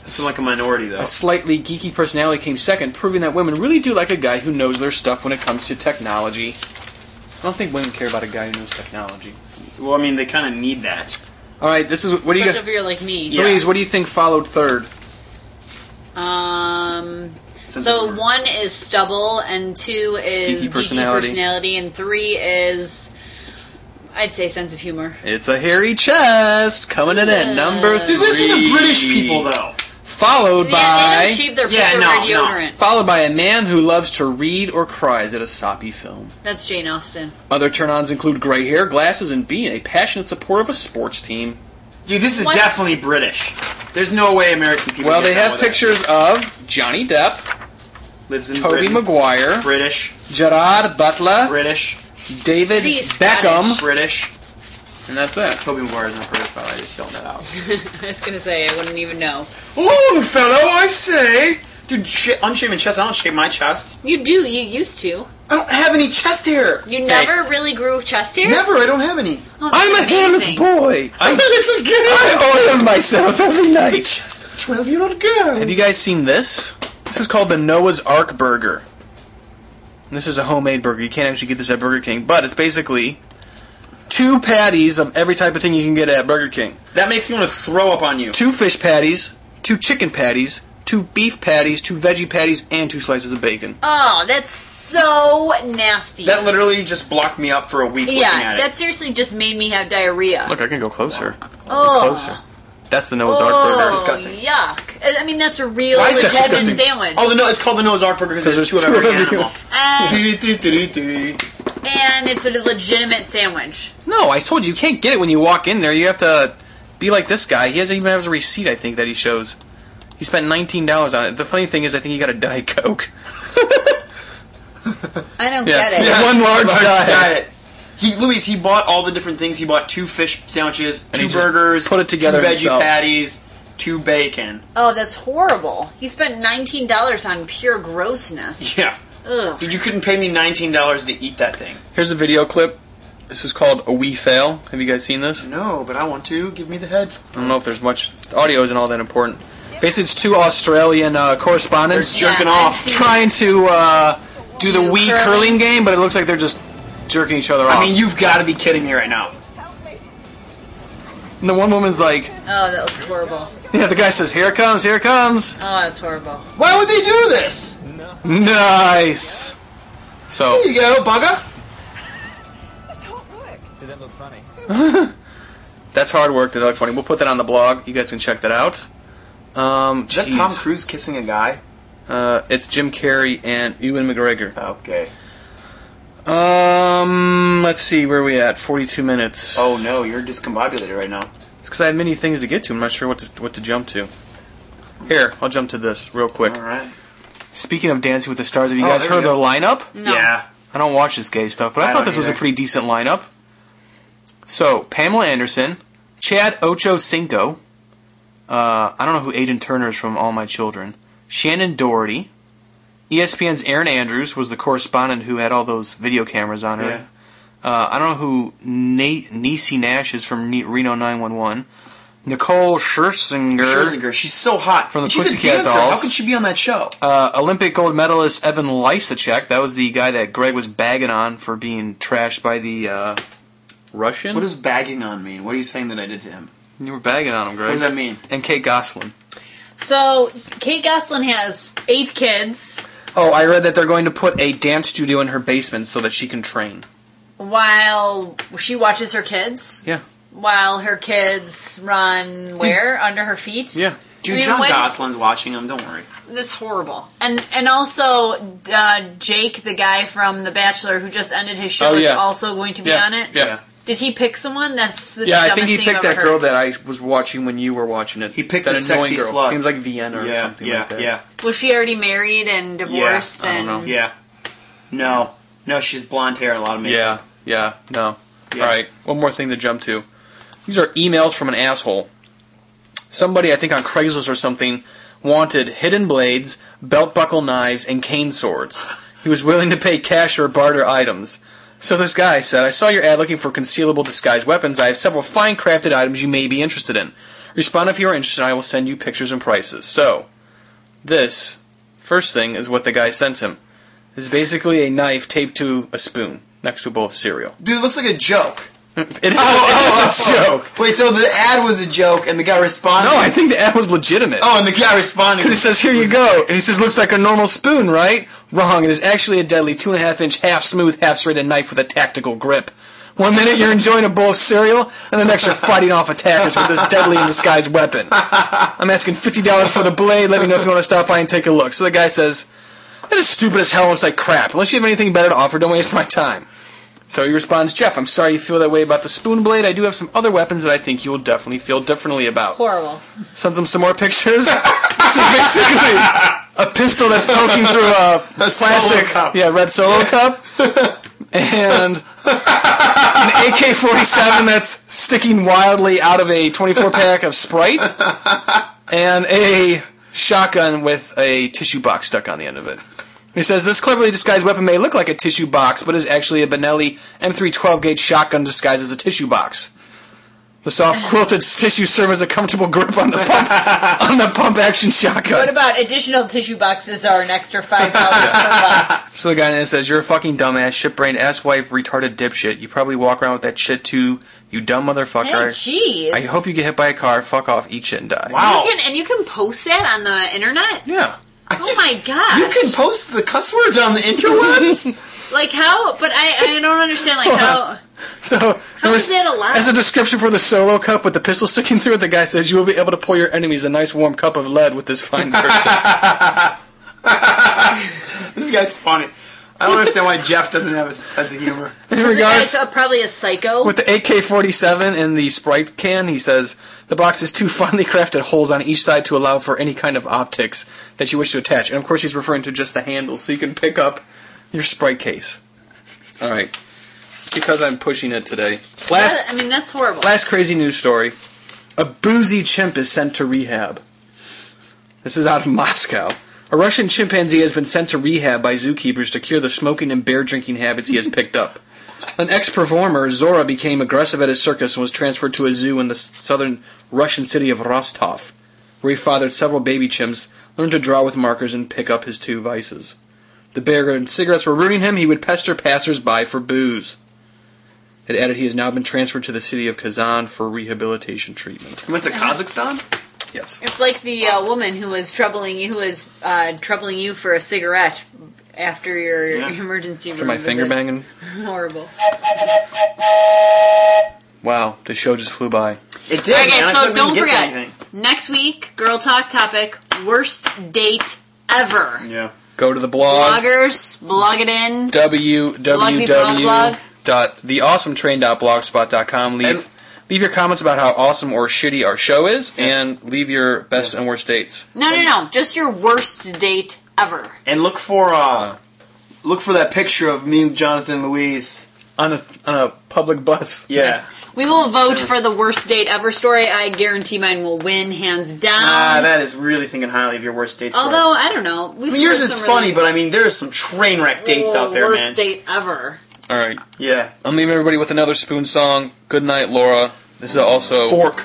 Speaker 4: This is like a minority though.
Speaker 2: A slightly geeky personality came second, proving that women really do like a guy who knows their stuff when it comes to technology. I don't think women care about a guy who knows technology.
Speaker 4: Well, I mean, they kind of need that.
Speaker 2: All right, this is what do you
Speaker 3: especially
Speaker 2: got?
Speaker 3: if you're like me.
Speaker 4: Yeah.
Speaker 2: Louise, what do you think followed third?
Speaker 3: Um.
Speaker 4: Since
Speaker 3: So
Speaker 4: we're-
Speaker 3: one is stubble, and two is
Speaker 2: Geeky personality.
Speaker 3: geeky personality, and three is, I'd say, sense of humor.
Speaker 2: It's a hairy chest coming in at number three.
Speaker 4: Dude, this is the British people though.
Speaker 2: Followed
Speaker 3: Yeah, they
Speaker 2: by
Speaker 3: don't achieve their
Speaker 4: Yeah,
Speaker 3: pizza
Speaker 4: no,
Speaker 3: or
Speaker 4: no.
Speaker 3: deodorant.
Speaker 2: followed by a man who loves to read or cries at a soppy film.
Speaker 3: That's Jane Austen.
Speaker 2: Other turn-ons include gray hair, glasses, and being a passionate supporter of a sports team.
Speaker 4: Dude, this is
Speaker 3: What?
Speaker 4: definitely British. There's no way American people.
Speaker 2: Well,
Speaker 4: get
Speaker 2: they
Speaker 4: down
Speaker 2: have
Speaker 4: with it.
Speaker 2: pictures of Johnny Depp,
Speaker 4: Lives in
Speaker 2: Toby
Speaker 4: Britain.
Speaker 2: Maguire,
Speaker 4: British.
Speaker 2: Gerard Butler,
Speaker 4: British.
Speaker 2: David
Speaker 3: He's
Speaker 2: Beckham,
Speaker 4: British.
Speaker 2: and that's it.
Speaker 4: Toby Maguire's not British, by the way. I just yelled that out.
Speaker 3: I was gonna say I wouldn't even know.
Speaker 4: Alone, fellow, I say. Dude, shit, unshaven chest. I don't shave my chest.
Speaker 3: You do. You used to.
Speaker 4: I don't have any chest hair.
Speaker 3: You never really grew chest hair.
Speaker 4: Never. I don't have any.
Speaker 3: Oh, that's
Speaker 2: I'm a hairless
Speaker 3: amazing.
Speaker 2: boy.
Speaker 4: I it's a girl.
Speaker 2: I oil myself every
Speaker 4: The
Speaker 2: night.
Speaker 4: chest of a twelve-year-old girl.
Speaker 2: Have you guys seen this? This is called the Noah's Ark Burger. And this is a homemade burger. You can't actually get this at Burger King, but it's basically two patties of every type of thing you can get at Burger King.
Speaker 4: that makes me want to throw up on you.
Speaker 2: Two fish patties, two chicken patties, two beef patties, two veggie patties, and two slices of bacon.
Speaker 3: Oh, that's so nasty.
Speaker 4: That literally just blocked me up for a week looking
Speaker 3: yeah,
Speaker 4: at
Speaker 3: that
Speaker 4: it.
Speaker 3: seriously just made me have diarrhea.
Speaker 2: Look, I can go closer.
Speaker 3: oh,
Speaker 2: Closer. That's the Noah's Ark
Speaker 3: oh,
Speaker 2: burger.
Speaker 4: That's disgusting.
Speaker 3: Yuck. I I mean, that's a real
Speaker 4: Why is that
Speaker 3: heaven
Speaker 4: disgusting?
Speaker 3: sandwich.
Speaker 4: Oh, the no, it's called the Noah's Ark burger because there's two of every animal.
Speaker 3: And,
Speaker 4: Do-do-do-do-do.
Speaker 3: Uh, and it's a legitimate sandwich.
Speaker 2: No, I told you you can't get it when you walk in there. You have to be like this guy. He doesn't even have a receipt, I think, that he shows. He spent nineteen dollars on it. The funny thing is, I think he got a diet coke.
Speaker 3: I don't
Speaker 2: Yeah.
Speaker 3: get it.
Speaker 2: Yeah. One large diet.
Speaker 4: He Luis, he bought all the different things. He bought two fish sandwiches,
Speaker 2: he
Speaker 4: two
Speaker 2: just
Speaker 4: burgers,
Speaker 2: put it together
Speaker 4: two veggie
Speaker 2: himself.
Speaker 4: patties, two bacon.
Speaker 3: Oh, that's horrible. He spent nineteen dollars on pure grossness.
Speaker 4: Yeah,
Speaker 3: Ugh.
Speaker 4: you couldn't pay me nineteen dollars to eat that thing.
Speaker 2: Here's a video clip. This is called "A We Fail." Have you guys seen this?
Speaker 4: No, but I want to. Give me the head.
Speaker 2: I don't know if there's much audio isn't all that important. Basically, it's two Australian uh,
Speaker 4: They're
Speaker 2: correspondents
Speaker 4: jerking
Speaker 3: I've
Speaker 4: off.
Speaker 3: seen-
Speaker 2: trying to uh, do the
Speaker 3: Do
Speaker 2: wee
Speaker 3: curling.
Speaker 2: curling game, but it looks like they're just jerking each other off.
Speaker 4: I mean, you've got to be kidding me right now.
Speaker 2: and the one woman's like,
Speaker 3: Oh, that looks horrible.
Speaker 2: "Yeah." The guy says, "Here it comes, here it comes."
Speaker 3: Oh, that's horrible.
Speaker 4: Why would they do this?
Speaker 2: Nice. So
Speaker 4: There you go, bugger.
Speaker 2: That's hard work. That's funny. We'll put that on the blog. You guys can check that out. Um,
Speaker 4: Is that
Speaker 2: jeez.
Speaker 4: Tom Cruise kissing a guy?
Speaker 2: Uh, it's Jim Carrey and Ewan McGregor.
Speaker 4: Okay.
Speaker 2: Um, let's see where are we at. Forty-two minutes.
Speaker 4: Oh no, you're discombobulated right now.
Speaker 2: it's because I have many things to get to. I'm not sure what to what to jump to. Here, I'll jump to this real quick.
Speaker 4: All right.
Speaker 2: Speaking of Dancing with the Stars, have you
Speaker 4: Oh,
Speaker 2: guys
Speaker 4: there
Speaker 2: heard
Speaker 4: we
Speaker 2: the
Speaker 4: go.
Speaker 2: lineup?
Speaker 4: Yeah.
Speaker 2: I don't watch this gay stuff, but I,
Speaker 4: I
Speaker 2: thought
Speaker 4: don't
Speaker 2: this was a
Speaker 4: either.
Speaker 2: pretty decent lineup. So Pamela Anderson, Chad Ocho Cinco, uh, I don't know who Aiden Turner is from All My Children, Shannon Doherty, E ESPN's Aaron Andrews was the correspondent who had all those video cameras on her.
Speaker 4: Yeah.
Speaker 2: Uh, I don't know who Nate Niecy Nash is from ne- Reno 911, Nicole Scherzinger,
Speaker 4: Scherzinger, she's so hot.
Speaker 2: From the
Speaker 4: she's
Speaker 2: Pussycat
Speaker 4: a dancer.
Speaker 2: Dolls.
Speaker 4: How could she be on that show?
Speaker 2: uh, Olympic gold medalist Evan Lysacek. That was the guy that Greg was bagging on for being trashed by the uh, Russian.
Speaker 4: What does bagging on mean? What are you saying that I did to him?
Speaker 2: You were bagging on him, Greg.
Speaker 4: What does that mean?
Speaker 2: And Kate Goslin.
Speaker 3: So Kate Goslin has eight kids,
Speaker 2: Oh, I read that they're going to put a dance studio in her basement so that she can train.
Speaker 3: while she watches her kids.
Speaker 2: Yeah.
Speaker 3: While her kids run where under her feet.
Speaker 2: Yeah.
Speaker 4: Dude,
Speaker 3: I mean,
Speaker 4: John
Speaker 3: when-
Speaker 4: Goslin's watching him. Don't worry.
Speaker 3: That's horrible. And and also uh, Jake, the guy from The Bachelor who just ended his show,
Speaker 2: Oh, yeah.
Speaker 3: is also going to be
Speaker 2: Yeah.
Speaker 3: on it.
Speaker 2: Yeah.
Speaker 3: Did he pick someone? That's the
Speaker 2: Yeah, I
Speaker 3: dumbest
Speaker 2: think he
Speaker 3: thing
Speaker 2: picked
Speaker 3: I've ever
Speaker 2: that girl
Speaker 3: heard.
Speaker 2: that I was watching when you were watching it.
Speaker 4: He picked
Speaker 2: that
Speaker 4: the sexy
Speaker 2: annoying girl.
Speaker 4: slut.
Speaker 2: He was like Vienna or
Speaker 4: Yeah,
Speaker 2: something
Speaker 4: yeah,
Speaker 2: like that.
Speaker 4: yeah,
Speaker 3: Was she already married and divorced?
Speaker 2: I don't
Speaker 3: and
Speaker 2: know.
Speaker 4: yeah. No, no, she's blonde hair, a lot of makeup.
Speaker 2: Yeah, yeah, no.
Speaker 4: Yeah.
Speaker 2: All right, one more thing to jump to. These are emails from an asshole. Somebody, I think on Craigslist or something, wanted hidden blades, belt buckle knives, and cane swords. He was willing to pay cash or barter items. So this guy said, I saw your ad looking for concealable disguised weapons. I have several fine crafted items you may be interested in. Respond if you are interested, and I will send you pictures and prices. So, this first thing is what the guy sent him. This is basically a knife taped to a spoon next to a bowl of cereal.
Speaker 4: Dude, it looks like a joke.
Speaker 2: It is, it is a joke.
Speaker 4: Wait, so the ad was a joke, and the guy responded.
Speaker 2: No, I think the ad was legitimate.
Speaker 4: Oh, and the guy responded.
Speaker 2: He says, "Here you go," and he says, "Looks like a normal spoon, right?" Wrong. It is actually a deadly two and a half inch, half smooth, half serrated knife with a tactical grip. One minute you're enjoying a bowl of cereal, and the next you're fighting off attackers with this deadly and disguised weapon. I'm asking fifty dollars for the blade. Let me know if you want to stop by and take a look. So the guy says, "That is stupid as hell. Looks like crap. Unless you have anything better to offer, don't waste my time." So he responds, "Jeff, I'm sorry you feel that way about the spoon blade. I do have some other weapons that I think you will definitely feel differently about."
Speaker 3: Horrible.
Speaker 2: sends him some more pictures. this is basically a pistol that's poking through a,
Speaker 4: A solo
Speaker 2: plastic,
Speaker 4: cup.
Speaker 2: yeah, red solo cup, and an AK-47 that's sticking wildly out of a 24 pack of Sprite, and a shotgun with a tissue box stuck on the end of it. He says this cleverly disguised weapon may look like a tissue box, but is actually a Benelli M312 gauge shotgun disguised as a tissue box. The soft quilted tissue serves as a comfortable grip on the pump on the pump action
Speaker 3: What
Speaker 2: shotgun.
Speaker 3: about additional tissue boxes are an extra five dollars per box?
Speaker 2: So the guy then says, "You're a fucking dumbass, shit-brained, asswipe, retarded dipshit. You probably walk around with that shit too You dumb
Speaker 3: Hey,
Speaker 2: motherfucker.
Speaker 3: jeez.
Speaker 2: I hope you get hit by a car, fuck off, eat shit, and die.
Speaker 4: Wow.
Speaker 3: can, and you can post that on the internet.
Speaker 2: Yeah.
Speaker 3: Oh my gosh!
Speaker 4: You can post the cuss words on the interwebs.
Speaker 3: like how? But I I don't understand like how.
Speaker 2: So there
Speaker 3: is that allowed?
Speaker 2: As a description for the solo cup with the pistol sticking through it, the guy says you will be able to pour your enemies a nice warm cup of lead with this fine purchase.
Speaker 4: this guy's funny. I don't understand why Jeff doesn't have a sense of humor.
Speaker 2: In
Speaker 3: This guy's uh,
Speaker 2: regards
Speaker 3: a- probably a psycho.
Speaker 2: with the AK-47 and the Sprite can, he says the box has two finely crafted holes on each side to allow for any kind of optics that you wish to attach. And of course, he's referring to just the handle, so you can pick up your Sprite case. All right, because I'm pushing it today. Last
Speaker 3: I mean, that's horrible.
Speaker 2: Last crazy news story. A boozy chimp is sent to rehab. This is out of Moscow. A Russian chimpanzee has been sent to rehab by zookeepers to cure the smoking and beer drinking habits he has picked up. An ex performer, Zora, became aggressive at his circus and was transferred to a zoo in the s- southern Russian city of Rostov, where he fathered several baby chimps, learned to draw with markers, and pick up his two vices. The beer and cigarettes were ruining him, he would pester passers by for booze. It added he has now been transferred to the city of Kazan for rehabilitation treatment.
Speaker 4: He went to Kazakhstan?
Speaker 2: Yes.
Speaker 3: It's like the uh, woman who was troubling you, who was uh, troubling you for a cigarette after your
Speaker 4: Yeah.
Speaker 3: emergency room.
Speaker 2: For my
Speaker 3: visit.
Speaker 2: finger banging.
Speaker 3: Horrible.
Speaker 2: Wow, the show just flew by.
Speaker 4: It did.
Speaker 3: All right,
Speaker 4: man.
Speaker 3: guys,
Speaker 4: I
Speaker 3: so
Speaker 4: thought we
Speaker 3: don't
Speaker 4: didn't get to
Speaker 3: forget.
Speaker 4: anything.
Speaker 3: Next week, girl talk topic: worst date ever.
Speaker 4: Yeah.
Speaker 2: Go to the blog.
Speaker 3: Bloggers, blog it in. Blog, blog, blog.
Speaker 2: www.theawesometrain.blogspot.com. Leave
Speaker 4: And-
Speaker 2: leave your comments about how awesome or shitty our show is, and leave your best and worst dates.
Speaker 3: No, no, no. Just your worst date ever.
Speaker 4: And look for uh, look for that picture of me, Jonathan, and Louise.
Speaker 2: On a on a public bus.
Speaker 4: Yeah.
Speaker 3: We will vote for the worst date ever story. I guarantee mine will win hands down.
Speaker 4: Ah, that is really thinking highly of your worst dates.
Speaker 3: Um, Although I don't know.
Speaker 4: I mean, yours is funny, but I mean, there's some train wreck dates out there,
Speaker 3: worst
Speaker 4: man.
Speaker 3: date ever.
Speaker 2: All right.
Speaker 4: Yeah.
Speaker 2: I'm leaving everybody with another spoon song. Good night, Laura. This is also
Speaker 4: Fork.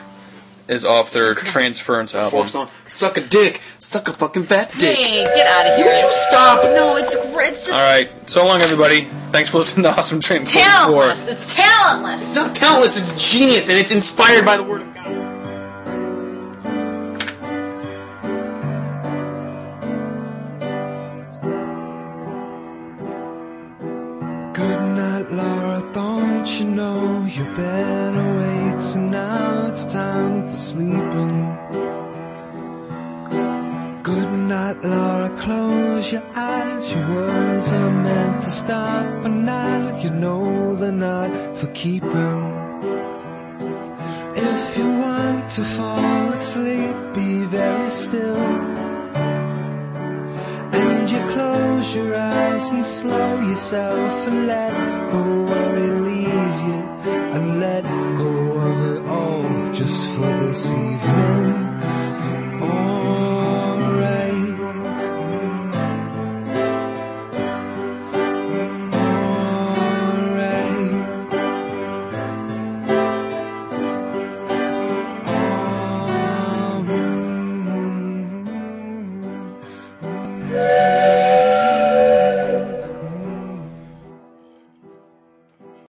Speaker 2: is off their Transference album.
Speaker 4: Fork song. Suck a dick. Suck a fucking fat dick.
Speaker 3: Hey, get out of
Speaker 4: You
Speaker 3: here.
Speaker 4: Would you stop?
Speaker 3: No, it's gr- it's
Speaker 2: All
Speaker 3: just
Speaker 2: right. So long, everybody. Thanks for listening to Awesome Train 44.
Speaker 3: talentless. It's talentless.
Speaker 4: It's not talentless, it's genius, and it's inspired by the word of God.
Speaker 5: Good night, Laura. Don't you know you better wait? So now it's time for sleeping. Good night, Laura. Close your eyes. Your words are meant to stop, but now you know they're not for keeping. If you want to fall asleep, be very still. And you close your eyes and slow yourself and let the worry